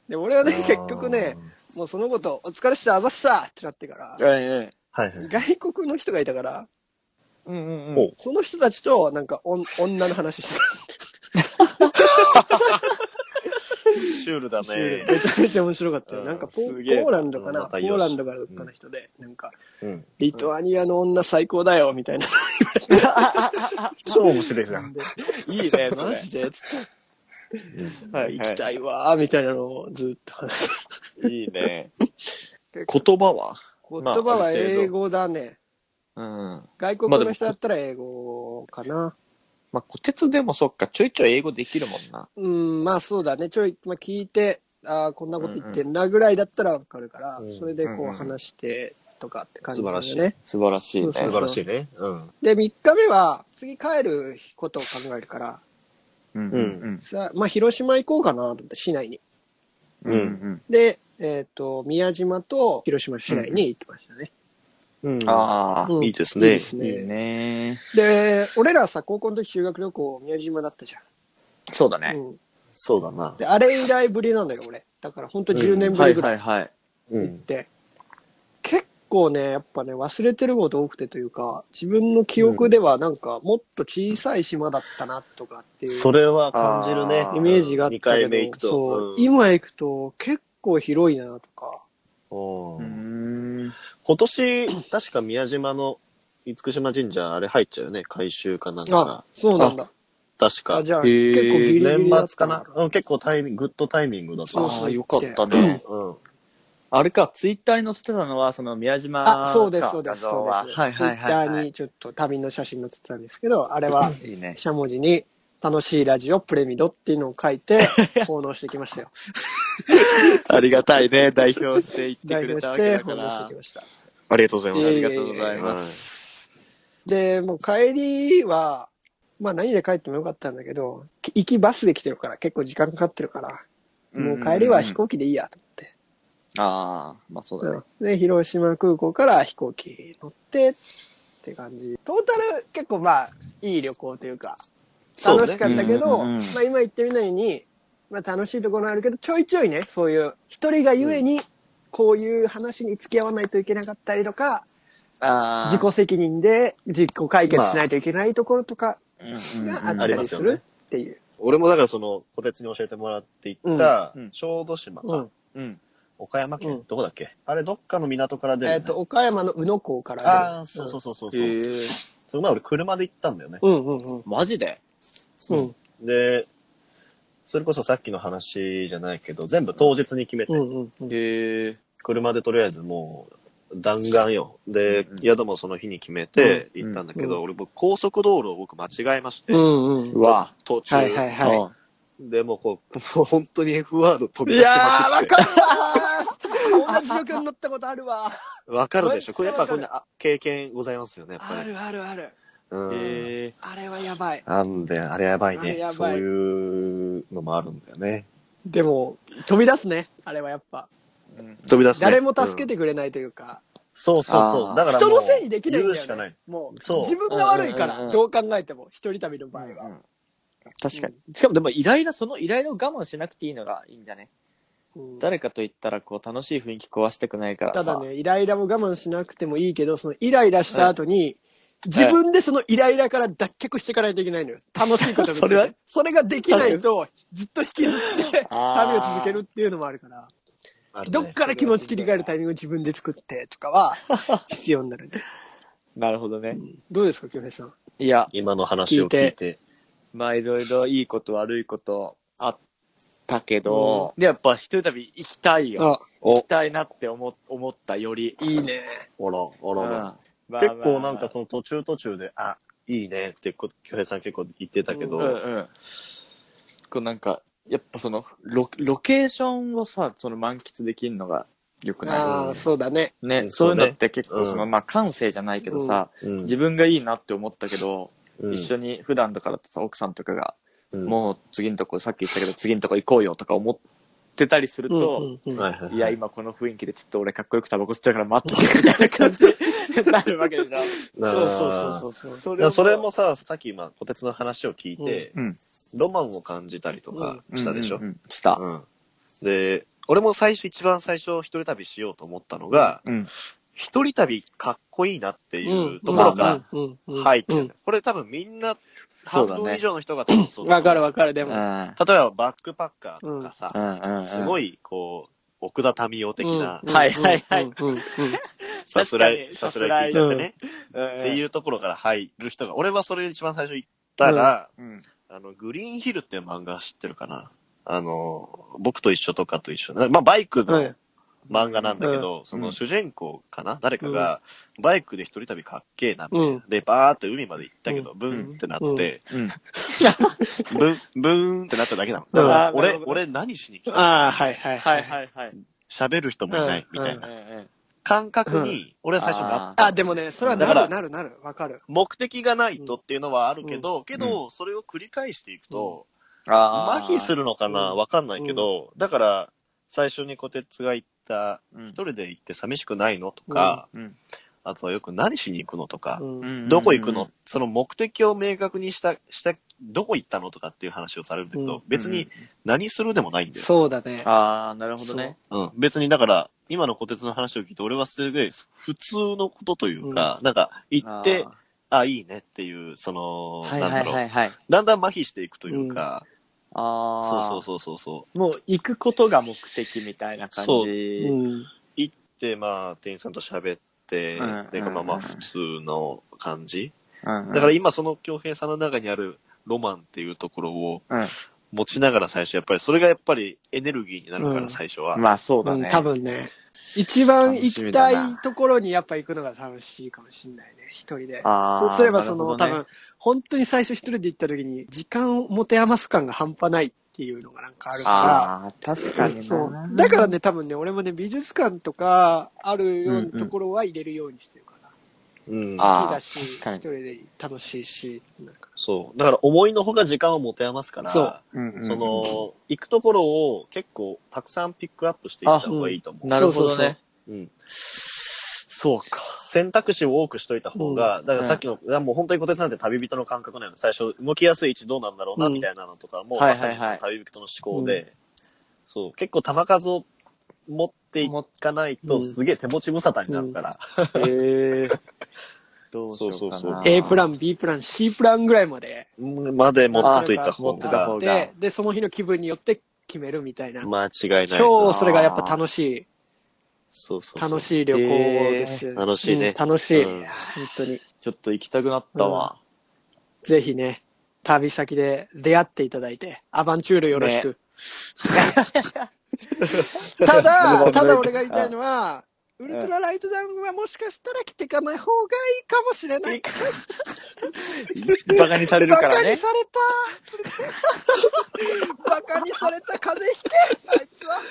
S2: で、俺はね、結局ね、もうそのこと、お疲れっした、あざっしたってなってから
S4: う、んうん。
S3: はいはい。
S2: 外国の人がいたから、
S4: うんうんう
S3: お
S4: ん。
S2: その人たちと、なんか、おん女の話して
S3: シュールだ
S2: た。め
S3: ね。
S2: ちゃめちゃ面白かったよ。
S3: うん
S2: なんかポ、ポ
S4: すげえ
S2: ーランドかな、
S3: ま
S2: ポ
S3: たよ
S2: ー
S3: し
S2: ランドからどっかの人で、なんか、
S3: うん。
S2: リトアニアの女最高だよ、みたいな。
S3: 超面白いじゃん。
S4: いいね、そ
S2: マ
S4: れ。
S2: ジでつって
S4: はい
S2: 行き
S4: は
S2: たいわー、みたいなのをずっと話して
S4: い。いいね。
S2: 結
S4: 言葉は
S2: 言
S4: まあ
S2: 葉は英語だね。
S4: うん。
S2: 外国の人だったら英語かな。
S4: まあ、こてつでもそっか、ちょいちょい英語できるもんな。
S2: うん、まあそうだね。ちょい、まあ、聞いて、ああ、こんなこと言ってんなぐらいだったらわかるから、
S3: うん
S2: それで
S4: うん
S2: こ
S4: う
S2: うん話してとかって感じだよね。
S3: 素晴ら
S4: 素晴らしいね。
S2: そう
S3: 素
S2: そう
S3: 晴らしいね。うん。
S2: で、3日目は、次帰ることを考えるから、
S4: うん
S3: うん
S2: さあ、まあ広島行こうかなと思って、市内に。
S4: うんうん。
S2: で、えっ、と、宮島と広島市内に行きましたね。
S3: うん。
S4: ああ、
S2: うん
S3: いいですね
S2: いいです
S4: いい
S2: ね。
S4: ね。
S2: で、俺らさ、高校の時修学旅行、宮島だったじ
S4: そうだ
S2: ゃん。
S4: ね。
S2: うん。
S3: そうだな。
S2: で、あれ以来ぶりなのよ、俺。だから、ほんと10年ぶりぐらい
S4: いはい。
S3: う
S2: 行っ
S3: ん。
S2: て。結構ね、やっぱね、忘れてること多くてというか、自分の記憶ではなんか、もっと小さい島だったな、とかっていう
S3: それは感じるね
S4: あ。ー
S2: イメージがあった
S3: 2
S2: けど、
S3: 回目行く
S2: そう
S3: と。、うん
S2: 今行くと結構広いな、とか。
S3: お
S4: う
S3: ー
S4: ん。
S3: 今年、確か宮島の厳島神社、あれ入っちゃうよね。改修かなんか。
S2: そうなんだ。
S3: 確
S2: あ、
S3: か。
S2: じゃあ、
S4: へー
S2: 結構ギリギリだった
S3: 年末かなうん、結構タイミング、グッドタイミングだと
S2: そう
S3: 思
S4: あ
S2: そ
S4: あ、
S2: う
S4: よかったね。
S3: う。うん。
S4: あれか、ツイッターに載せてたのは、その宮島
S2: あ、そうです、
S4: か
S2: そうです、
S4: 画
S2: そ
S4: 像
S2: う
S4: は
S2: です。
S4: はいはい
S2: ツイッタ
S4: は
S2: ー
S4: い
S2: に。ちょっと旅の写真載ってたんですけど、あれは、
S4: いいね。
S2: しゃもじに、楽しいラジオプレミドっていうのを書い て、奉納してきました よ。
S4: ありがたいね。代表して言って
S2: 代
S4: くれ
S2: 表
S4: た
S2: し
S4: わ
S2: て
S4: けだ
S2: 奉
S4: か
S2: 納して
S4: ら
S2: き。ました。
S3: ありがとうござい
S2: ます
S4: ありがとうございます。
S2: で、もう帰りは、まあ何で帰ってもよかったんだけど、き行きバスで来てるから、結構時間かかってるから、もう帰りは飛行機でいいやと思って。
S4: ああ、まあそうだね。
S2: で、広島空港から飛行機乗ってって感じ。トータル結構まあ、いい旅行というか、
S3: そうね
S2: 楽しかったけど、
S4: うんうんうん
S2: まあ今言ってみたように、まあ楽しいところあるけど、ちょいちょいね、そういう、一人がゆえに、こういう話に付き合わないといけなかったりとか、
S4: ああ。
S2: 自己責任で自己解決しないといけないところとか
S4: うんうん
S2: があっ
S4: うん
S2: た
S3: ありま
S2: りす
S3: すよね
S2: るっていう。
S3: 俺もだからその、小鉄に教えてもらって行った
S4: うんうん、
S3: 小豆島か、
S2: うん
S4: うん。
S3: 岡山県、
S2: うん
S3: どこだっけあれ、どっかの港から出る、ね。
S2: えっと、岡山の宇野港から出る
S3: ああ、そうそうそうそう。
S4: へえ。
S3: その前俺車で行ったんだよね。
S2: うんうんうん。
S7: マジで
S2: うん
S3: で、それこそさっきの話じゃないけど、全部当日に決めて、
S2: うんうんうん。
S7: へえ。
S3: 車でとりあえずもう弾丸よ。で、
S7: うんうん
S3: 宿もその日に決めて行ったんだけど、
S2: うんうん
S3: 俺僕高速道路を僕間違えまして、
S2: うんうん。
S7: うわ。
S3: 途中、
S2: はいはいはい。
S7: うん
S3: でもうこう、もう 本当に F ワード飛び
S2: い
S3: 出し
S2: や
S3: ま
S2: ー、
S3: くっ
S2: わ
S3: て。
S2: かるわー同じ状況になったことあるわ
S3: わかるでしょこれやっぱこん
S2: めっ
S3: なあ経験ございますよね、やっぱ
S2: あ
S3: り。
S2: るあるある。
S3: うん。
S7: へえ。
S2: あれはやばい。
S3: なんで、あれやばい
S2: あれ
S3: ね
S2: やばい
S3: そういうのもあるんだよね。
S2: でも、飛び出すね。あれはやっぱ。
S3: 飛び出す、ね。
S2: 誰も助け
S3: て、
S2: てくれないというか、
S3: そうそうそう。
S7: あー
S3: だから
S2: 人
S3: もう
S2: のせいにできないんだよ、ね。
S3: 言うしかない。
S2: もう、
S3: そう
S2: 自分が悪いか
S7: うんうんうんう
S2: ら、
S7: ん
S2: どう考えても、一人旅の場合は。
S4: 確かに。しかもでも、イライラ、そのイライラを我慢しなくていいのがいいんだね。
S2: うん
S4: 誰かと言ったら、こう、楽しい雰囲気壊したくないから
S2: た
S4: さ。
S2: だね、イライラも我慢しなくてもいいけど、そのイライラした後に、自分でそのイライラから脱却していかないといけないのよ。楽しいこと
S4: それは
S2: それができないと、ずっと引きずって、
S4: あー
S2: 旅を続けるっていうのもあるから、
S3: あるね
S2: どっから気持ち切り替えるタイミングを自分で作ってとか は、必要になるね。
S4: なるほどね。
S2: どうですか、京平さん。
S4: いや、
S3: 今の話を聞
S2: 聞い
S3: いて。
S4: まあ、いろいろいいこと悪いことあったけど、
S7: で、やっぱ一人旅行きたいよ。
S2: あ、
S4: 行きたいなって思思ったより。
S2: いいね。
S3: おら、お
S4: うん
S3: らおら。
S4: まあ
S3: 結構なん
S4: まあ
S3: かその途中途中で、あ、いいねってこ、京平さん結構言ってたけど、
S2: う
S4: うんうん。こうなんか、やっぱそのロ、ロケーションをさ、その満喫できるのが良くな
S2: ああ、そうだね。
S4: いね、
S3: うん
S4: そういう
S3: そう
S4: の
S3: ね
S4: って結構その、
S3: うん
S4: まあ感性じゃないけどさ、
S3: うん
S4: 自分がいいなって思ったけど、
S3: うん
S4: 一緒に普段とかだとさ、奥さんとかが、
S3: うん
S4: もう次のとこ、さっき言ったけど、次のとこ行こうよとか思ってたりする
S2: うん
S4: と、
S2: うんうん
S3: はいはいはい
S4: いや、今この雰囲気でちょっと俺かっこよくタバコ吸ってたから待っててみたいな感じ になるわけでしょ。
S3: なあ
S2: そうそうそうそう。
S4: そ
S3: だからそれもさ、さっき今、小鉄の話を聞いて、
S4: うんうん
S3: ロマンを感じたりとかしたでしょ、
S4: うんうんうんした。
S3: うんで、俺も最初、一番最初、一人旅しようと思ったのが、
S4: うん
S3: 一人旅かっこいいなっていうところが
S2: が
S3: 入ってる、これ多分みんな、
S4: そ
S3: 半
S4: うだね
S3: 分以上の人が多分そうだ
S2: わかるわかる、で
S4: うん。
S2: も
S4: う。ん
S3: 例えばバックパッカーとかさ、
S4: うんうん。
S3: すご
S4: い。
S3: い、こう、奥田民生的な、
S4: んはいはいはい
S2: うんうんうん
S3: さすらい、
S4: 確か
S3: さ
S4: に
S3: すらい聞いちゃってね、
S4: っ。
S3: っていううところから入る人が、俺はそれ一番最初行ったら、
S4: うん。
S3: あの、グリーンヒルっていう漫画知ってるかなあの、僕と一緒とかと一緒。まあ、バイ
S2: は
S3: クの
S2: い
S3: 漫画なんだけど、そ
S4: うん
S3: の主人公かな誰かが、バイクで一人旅かっけえな。
S2: うん
S3: で、バーって海まで行ったけど、ブーンってなって、
S4: うん。
S3: ブン、ブーンってなっただけなの。
S2: うん
S3: だから
S4: あーな
S3: 俺、
S4: るほど
S3: 俺何しに来た
S2: ああ、はいはい
S4: はいはいはい。
S3: 喋る人もいない、みたい
S4: うん
S3: な
S4: うん。
S3: 感覚に、俺は最初なっ
S2: あ、でもね、それはな
S3: だか
S2: る
S3: ら
S2: なるなる、わかる。
S3: 目的がないとっていうのはあるけど、けど、それを繰り返していくと、
S4: あ
S3: 麻痺す
S4: る。
S3: るのかな
S2: うん
S3: わかんないけど、だから、最初に小鉄が言った、
S4: うん
S3: 一人で行って寂しくないのとか、
S4: うんうん
S3: あとはよく何しに行くのとか
S2: う、ん
S4: ど
S3: どこ行くの、その目的を明確にした、した、どこ行ったのとかっていう話をされるんだけど、
S2: うん
S3: 別に何するでもないんだよ。
S2: そうだね。
S4: ああ、なるほどね。
S3: うん。別にだから、今の小鉄の話を聞いて、俺はすごい普通のことというか、なんか行って、あいいねっていう、その、
S4: あー、はい
S3: な
S4: は
S3: んだ
S4: い
S3: ろう、
S4: はいはい。
S3: だんだん麻痺していくというか、
S4: ああ。
S3: そうそうそうそうそ
S4: う。
S3: う。
S4: もう行くことが目的みたいな感
S3: そう
S2: う
S4: じ。
S2: ん。
S3: 行って、まあ、店員さんと喋って、
S4: うん
S3: で、
S4: うん
S3: まあま
S4: う
S3: あ、
S4: ん
S3: 普通の感じ。
S4: だ
S3: だから今、その京平さんの中にあるロマンっていうところを
S4: うん
S3: 持ちながら最初、やっぱり、それがやっぱりエネルギーになるか
S2: う
S3: ら、
S2: ん
S3: 最初は。
S4: まあそう
S2: う
S4: だ
S2: ん、
S4: ね。
S2: 多分ね、一番行きたい
S4: 楽しみだな
S2: ところにやっぱ行くのが楽しいかもしんないね、一人で。
S4: あー
S2: そうすればそ
S4: な
S2: の、
S4: るほ
S2: 多
S4: どね
S2: 分、本当に最初一人で行った時に、時間を持て余す感が半端ないっていうのがなんかあるから、
S4: ああ、確かにな
S2: そう。だからね、多分ね、俺もね、美術館とかあるようなところは入れるようにしてるかな。
S3: うん。
S4: あー
S2: 好きだし、
S4: 確か
S2: 一
S4: に
S2: 人で楽しいし、なんか
S3: そう。だから、思いのほか時間を持て余すから、
S2: そう
S4: うんうん
S3: その、行くところを結構、たくさんピックアップしていった方がいいと思
S4: なるほ
S2: そう
S4: ど
S2: そうそう
S4: ね。
S3: う。うん。
S4: そうか。
S3: 選択肢を多くしといた方が、だからさっきの、もう本当に小鉄なんて旅人の感覚なので、最初動きやすい位置どうなんだろうな、
S2: うん
S3: みたいなのとかも、
S4: はいは
S3: ま
S4: い
S3: さ
S4: はい
S3: にその旅人の思考で、そう、結構球数を持っていかない
S2: 持
S3: と、
S2: っ
S3: すげえ手持ち無沙汰になるから、
S4: ええ。どうしようかな。
S3: そうそうそう
S2: A プラン、B プラン、C プランぐらいまで。
S3: うんまで持っといた方
S4: 持ってた
S3: が
S4: 方、が
S2: で、で、その日の気分によって決めるみたいな。
S3: 間違いない。
S2: 超それがやっぱ楽しい。
S3: そうそうそう。
S2: 楽しい旅行です。
S3: えー楽しいね
S2: うん楽しい。
S3: うん
S2: 本当に。
S4: ちょっと行きたくなったわ。
S2: ぜひね、旅先で出会っていただいて、アバンチュールよろしく。 ただ、ただ俺が言いたいのは、ウルトラライトダウンはもしかしたら着てかない方がいいかもしれない。
S4: バカにされる
S2: バ
S4: から
S2: カに
S4: ね。
S2: され た。バカにされた風邪ひけ。あいつは。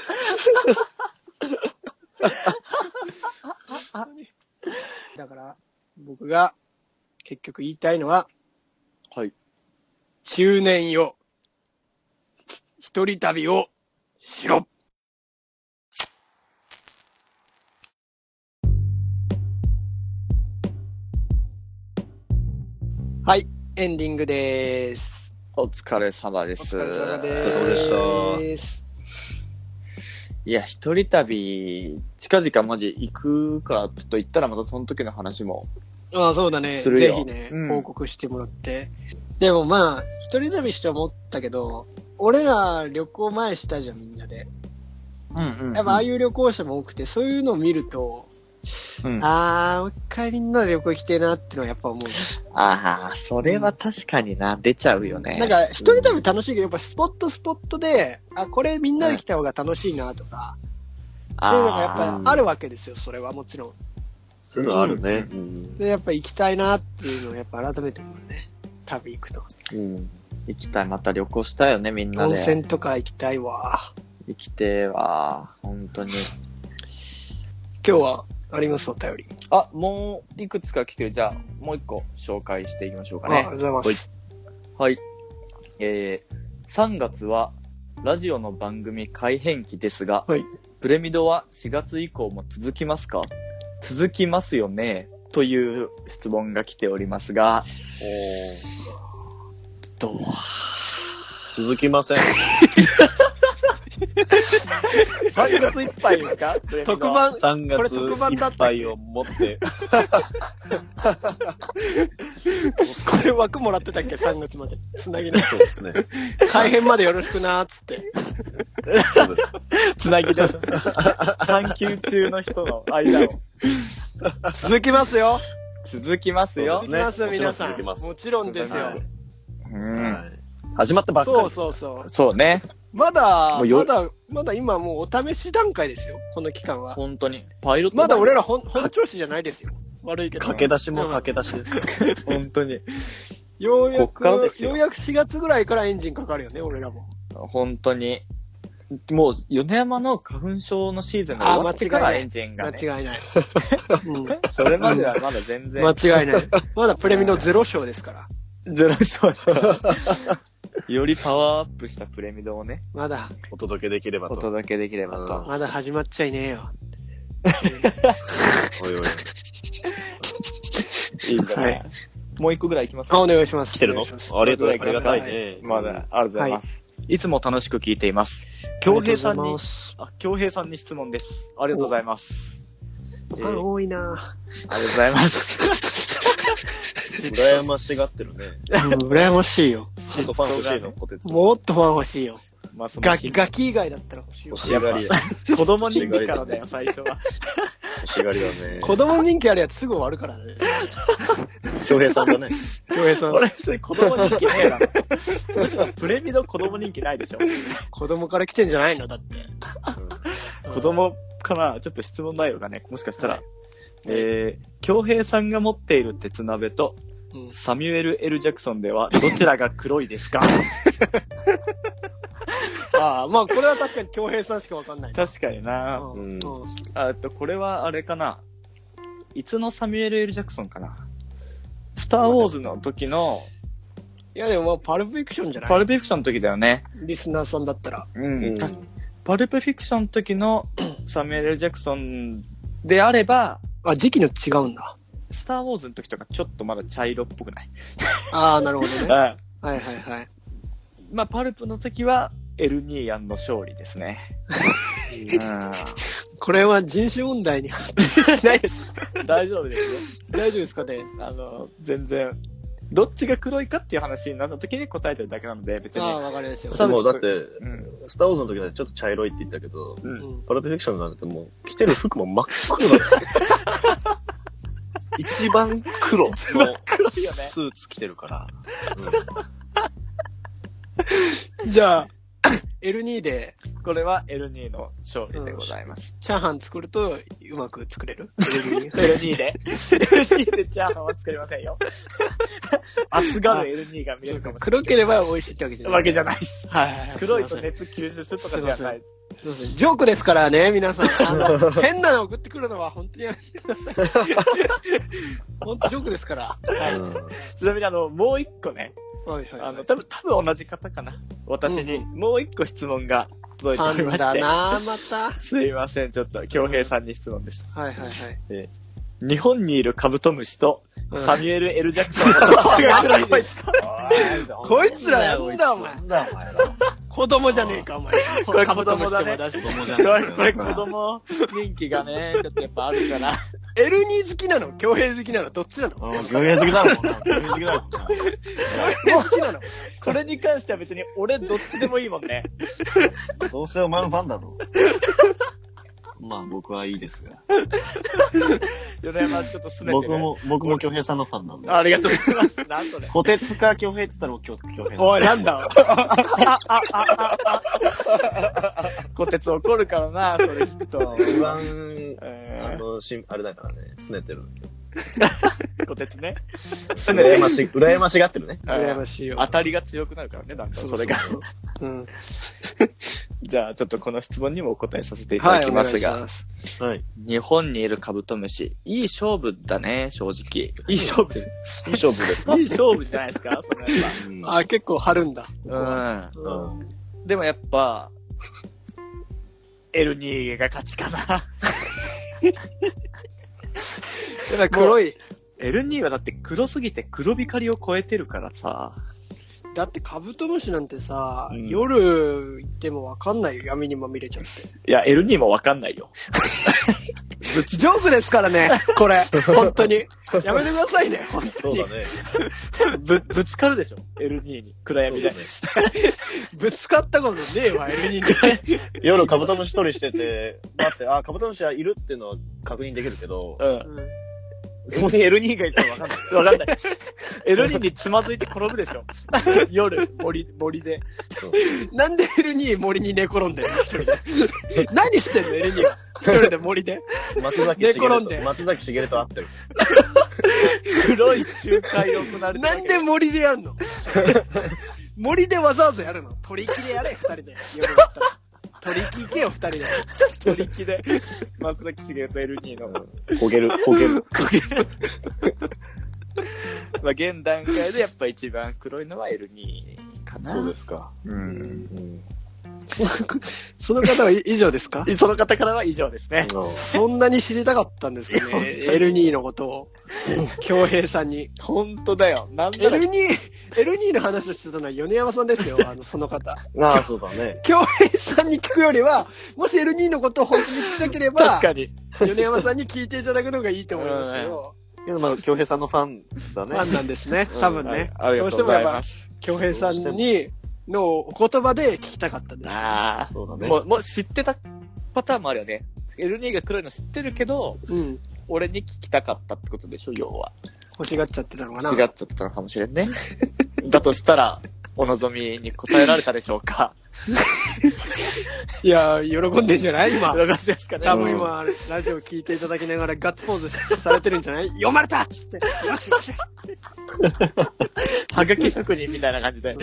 S2: だから、僕が結局言いたいのは、
S4: はい。
S2: 中年よ。一人旅をしろ。はい、エンディングです。
S4: お疲れ様です。
S2: お疲れ様です。
S3: お疲れ様で
S4: いや、一人旅、近々マジ行くから、ちょっと行ったらまたその時の話も。
S2: ああ、そうだね。
S4: するよ
S2: ぜひね、
S4: うん
S2: 報告してもらって。でもまあ、一人旅して思ったけど、俺ら旅行前したじゃん、みんなで。
S4: うんうん
S2: やっぱああいう旅行者も多くて、そういうのを見ると、
S4: うん
S2: ああ、もう一回みんなで旅行行きてえなってのはやっぱ思う。
S4: ああ、それは確かにな、出ちゃうよね。
S2: なんか、一人旅楽しいけど、やっぱスポットスポットで、あ、これみんなで来た方が楽しいなとか、っていうのがやっぱあるわけですよ、それはもちろん。
S3: そういうのあるね。うん。
S2: で、やっぱ行きたいなっていうのをやっぱ改めて思うね。旅行くと。
S4: うん行きたい、また旅行したいよね、みんな
S2: 温
S4: で。
S2: 泉とか行きたいわ。
S4: 行きてえわ、本当に。
S2: 今日はありますお便り。
S4: あ、もう、いくつか来てる。じゃあ、もう一個紹介していきましょうか
S2: あありがと。う
S4: ね
S2: ございます。
S4: はい。えー、3月は、ラジオの番組改編期ですが、
S2: はい
S4: プレミドは4月以降も続きますか続きますよねという質問が来ておりますが、どう
S3: 続き ません。
S4: ?3 月いっぱいですかプレミド
S2: 特
S4: は
S2: 番
S3: 3
S2: これ
S3: 月
S2: 特番
S3: い
S2: だったっけ
S3: っぱいを持って。
S2: これ枠もらってたっけ ?3 月まで。つなぎな。
S3: そうですね。
S2: 改編までよろしくなーっつって。
S3: そうです。
S4: つなぎ だ。産休中の人の間を。
S2: 続きますよ。
S4: 続きますよ。
S3: そ
S2: 続
S3: うで
S2: きますよ、
S3: ね
S2: 皆さ
S3: もちろん続
S2: ん。
S3: きます
S2: もちろんです
S3: は
S2: よ
S3: い。
S4: うん。
S3: 始まったばっかり。
S2: そうそうそう。
S4: そうね。
S2: まだ、
S4: もうよ
S2: まだ、まだ今もうお試し段階ですよ、この期間は。
S4: 本当に。パイロット
S2: まだ俺
S4: ら。
S2: ら本本調子じゃないですよ。悪いけど。
S3: 駆け出しも駆け出しですよ。
S4: 本当に。
S2: ようや
S4: こっ
S2: く、
S4: から
S2: よ
S4: ですよ
S2: うやく4月ぐらいからエンジンかかるよね、俺らも。
S4: 本当に。もう、米山の花粉症のシーズンが終わってか
S2: あ
S4: ら
S2: 間違いない
S4: エンジンが、ね。
S2: 間違いない。うん
S4: それまではまだ全然。
S2: 間違いない。まだプレミのゼロ賞ですから。
S4: ゼロ勝利 よりパワーアップしたプレミドをね、
S2: まだ、
S3: お届けできれば
S4: お
S3: と。
S4: 届けできればと。
S2: まだ始まっちゃいねえよ。
S3: おいおい。
S4: いいんじゃない、もう一個ぐらいいきます
S2: あ、お願いします。
S3: 来てる
S2: お願
S3: の
S2: いします
S3: ありがとう。あ
S4: あ
S3: り
S4: り
S3: が
S4: が
S3: た
S4: た
S3: い
S4: い
S3: ね。
S4: まだ、ありがとうございます。い、つも楽しく聞いています。
S2: 京
S4: 京
S2: 平
S4: 平
S2: さ
S4: さ
S2: ん
S4: ん
S2: に
S4: に、。あ、京平さんに質問です。ありがとうございます。えー
S2: あ、多いな
S4: ありがとうございます。
S3: 羨ましがってるね。
S2: 羨ましいよ。
S3: ちょっとファン欲しいの、ポテト。
S2: もっとファン欲しいよ。
S4: まあ、その
S2: ガキ、ガキ以外だったら欲しいよ
S3: 欲。しがりだ。
S4: 子供人気からだよ、最初は。
S3: 欲しがりだね。
S2: 子供人気あるやつすぐ終わるからね。
S3: 京平さんだね。
S2: 京平さん
S4: 俺、それ子供人気ねえだろ。むしろプレミド子供人気ないでしょ。
S2: 子供から来てんじゃないのだって。
S4: 子供からちょっと質問内容がね、もしかしたら。えー、京平さんが持っている鉄鍋と、
S2: うん
S4: サミュエル・ L ・ジャクソンでは、どちらが黒いですか
S2: ああ、まあこれは確かに京平さんしかわかんない。
S4: 確かにな。
S2: うん
S3: うん
S2: うん
S4: あえっと、これはあれかな。いつのサミュエル・ L ・ジャクソンかな。スター・ウォーズの時の、
S2: いやでもまあパルプフィクションじゃな
S4: パ
S2: い
S4: ルプフィクションの時だよね。
S2: リスナーさんだったら。
S4: うん
S3: うん
S4: 確かパルプフィクションの時のサミュエル・ジャクソンであれば、
S2: あ、時期の違うんだ。
S4: スター・ウォーズの時とかちょっとまだ茶色っぽくない。
S2: ああ、なるほどね。
S4: あ
S2: はいはいはい。
S4: まあ、パルプの時はエルニーヤンの勝利ですね。う
S2: これは人種問題に発展しないです。
S4: ん 大丈夫です
S2: 大丈夫ですかね
S4: よ。あの、全然、どっちが黒いかっていう話になった時に答えてるだけなので、別
S2: ああ、
S4: に。
S2: わかりました。
S4: さ
S3: もうだって、
S4: うん
S3: スターウォーズの時だってちょっと茶色いって言ったけど、
S5: うん
S2: うん
S3: パルプフィクションなんてもう、着てる服も真っ黒だ一番黒のスーツ着てるから。
S2: じゃあ、L2 で
S4: これは L2 の勝利でございます。
S2: チャーハン作るとうまく作れる
S4: L2 で ?L2 でチャーハンは作れませんよ。厚がる L2 が見れるかもしれ
S2: 黒ければ美味しいってわけじゃ
S4: ない。
S2: な
S4: わ
S2: い。
S4: けじゃないです。
S2: はいはいはい。
S4: 黒い
S2: す
S4: と
S2: ません
S4: 熱吸収するとかではないです。
S2: すいませんジョークですからね、皆さん。あ の、変なの送ってくるのは本当にやめてください。 本当ジョークですから。
S3: うん
S4: ちなみにあの、もう一個ね、
S2: はいはい、
S4: あの、多分、多分同じ方かな。私に、もう一個質問が届いて
S2: パ
S4: おり
S2: ン
S4: まし
S2: だ
S4: て。
S2: なまた。
S4: すいません、ちょっと、京平さんに質問です。
S2: はいはいはい。
S4: 日本にいるカブトムシと、サミュエル・ L ・ジャクソンの違いです。
S2: こいつらやんだ、お前。
S3: なんだお前ら。
S2: 子供じゃねえか、お前。こ
S4: れ子供だね
S2: し。
S5: 供じゃ
S4: これ、これ子供人気がね、ちょっとやっぱあるから。
S2: L2 好きなの強兵好きなのどっちなの
S3: うん、グレー好きだろ、グレー好きだろ。
S2: 強兵好き なの
S4: これに関しては別に俺どっちでもいいもんね。
S3: どうせお前のファンだろ。まあ僕はいいですが。
S4: 米山ちょっとすねて、ね、
S3: 僕。も、僕も京平さんのファンなんで。
S4: ありがとうございます。なんそれ。
S3: 小鉄か京平って言ったらもう京京平。
S2: おい、なん だ
S4: 小鉄怒るからな、それ聞く と。
S3: 一番、あ
S4: え
S3: の、しん、あれだからね、拗ねてる。
S4: ー小鉄ね。
S3: 拗ね羨まし、羨ましがってるね。
S2: 羨ましいよ。
S4: 当たりが強くなるからね、だんだんそれが。
S2: うん。
S4: じゃあちょっとこの質問にもお答えさせていた
S2: は
S4: だ
S2: い、
S4: き
S2: お
S4: ま
S2: 願い
S4: す
S2: し
S4: が。
S2: ます。
S3: はい。
S4: 日本にいるカブトムシ、いい勝負だね、正直。いい勝負。い
S3: いい勝負です。
S4: い勝負じゃないですか、そのやっ
S3: うん
S2: あ、結構張るんだ。
S4: ぱ。
S3: う
S2: うん
S3: ん。
S4: うん。でもやっぱ、エルニーが勝ちかな。
S2: 黒い。
S4: エルニーはだって黒すぎて黒光りを超えてるからさ。
S2: だってカブトムシなんてさ、
S4: うん
S2: 夜行ってもわかんないよ。闇にまみれちゃって。
S4: いや、エルニーもわかんないよ。
S2: ジョークですから ね、これ。本当に。やめてくださいね、本当
S3: そう
S2: に
S3: だ。ね。
S4: ぶ、ぶつかるでしょエルニーに。暗
S3: そ
S4: 闇
S3: うだ
S4: で
S3: ね。
S2: ぶつかったことねえわ、L2 に。
S3: 夜カブトムシ取りしてて、待って、あ、カブトムシはいるっていうのは確認できるけど、
S4: うん。
S3: そこにエルニーがいたらわかんない。
S4: わかんない。エルニーにつまずいて転ぶでしょ夜、森、森で。
S2: なんで L2 森に寝転んでんの一人で何してんの L2 は。一人で森で。
S3: 松崎しげ
S2: 寝
S3: る
S2: 転ん
S3: と、
S2: で
S3: 松崎しげると会ってる。
S4: 黒い集会を行われてる
S2: な
S4: わけ
S2: んで森でやんの 森でわざわざやるの取り木でやれ、二人 で。夜だったら取り木行けよ、二人で。
S4: 取り木で、松崎しげるとエルニーの。
S3: 焦げる、焦げる。
S4: まあ、現段階でやっぱ一番黒いのはエルニーかな。
S3: そうですか。
S4: うん。
S3: うん。
S2: その方は以上ですか
S4: その方からは以上ですね。
S2: そんなに知りたかったんですかね。L2 のことを。京平さんに。
S4: 本当だよ。なんだろう
S2: L2、L2 の話をしてたのは米山さん ですよ、あの、その方。
S3: ああ、そうだね。
S2: 京平さんに聞くよりは、もし L2 のことを本当に聞きたければ、
S4: 確かに。
S2: 米山さんに聞いていただくのがいいと思いますけど、
S3: けどまあ、京平さんのファンだ
S2: フ
S3: ね。
S2: ァンなんですね、多分ね。
S4: ありがとうございます。
S2: どうしてもやっぱ、京平さんに、のお言葉で聞きたかったんです。
S4: ああ。
S3: そうだね。
S4: もう、もう知ってたパターンもあるよね。エルニーが黒いの知ってるけど、
S2: うん。
S4: 俺に聞きたかったってことでしょ、要は。
S2: 欲しがっちゃってたのかな。
S4: 違っちゃったのかもしれんね。 だとしたら、お望みに答えられたでしょうか。
S2: いや、喜んでんじゃない今。
S4: よかったですかね。
S2: 多分今、ラジオ聞いていただきながらガッツポーズされてるんじゃない読まれたっつって。よしよし
S4: はがき職人みたいな感じで。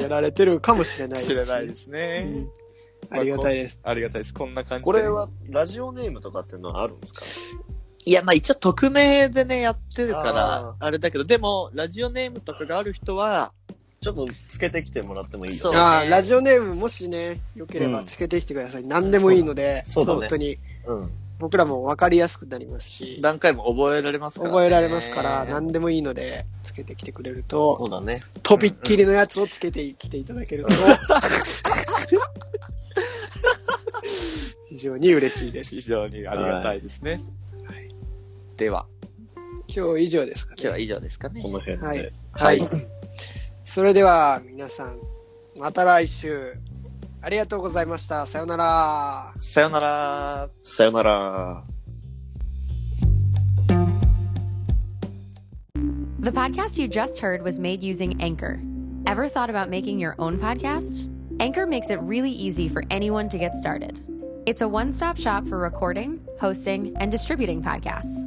S2: やられてるかもしれない。
S4: 知れないですすね。
S2: ありがたいです。
S4: ありがたいです。こんな感じで。
S3: これは、ラジオネームとかっていうのはあるんですか
S4: いや、まあ一応匿名でね、やってるから
S3: あ、
S4: あれだけど、でも、ラジオネームとかがある人は、
S3: ちょっとつけてきてもらってもいい
S4: そう
S2: ああ、ラジオネームもしね、良ければつけてきてください。何でもいいので、
S3: そうだね
S2: 本当に
S3: うん。
S2: 僕らも分かりやすくなりますし、
S4: 何回も覚えられますから、
S2: 覚えられますから、何でもいいので、つけてきてくれる
S3: そ
S2: と、
S3: うだね。
S2: とびっきりのやつをつけてきていただけると、非常に嬉しいです。
S4: 非常にありがたいですね。はいでは、
S2: 今日以上ですか
S4: 今日
S2: ね。
S4: は以上ですかね
S3: こ。の辺で。
S2: はい。はい。それでは皆さん、また来週。ありがとうございました。さよなら。
S4: さよなら。
S3: さよなら。
S8: The podcast you just heard was made using Anchor. Ever thought about making your own podcast? Anchor makes it really easy for anyone to get started. It's a one stop shop for recording, hosting, and distributing podcasts.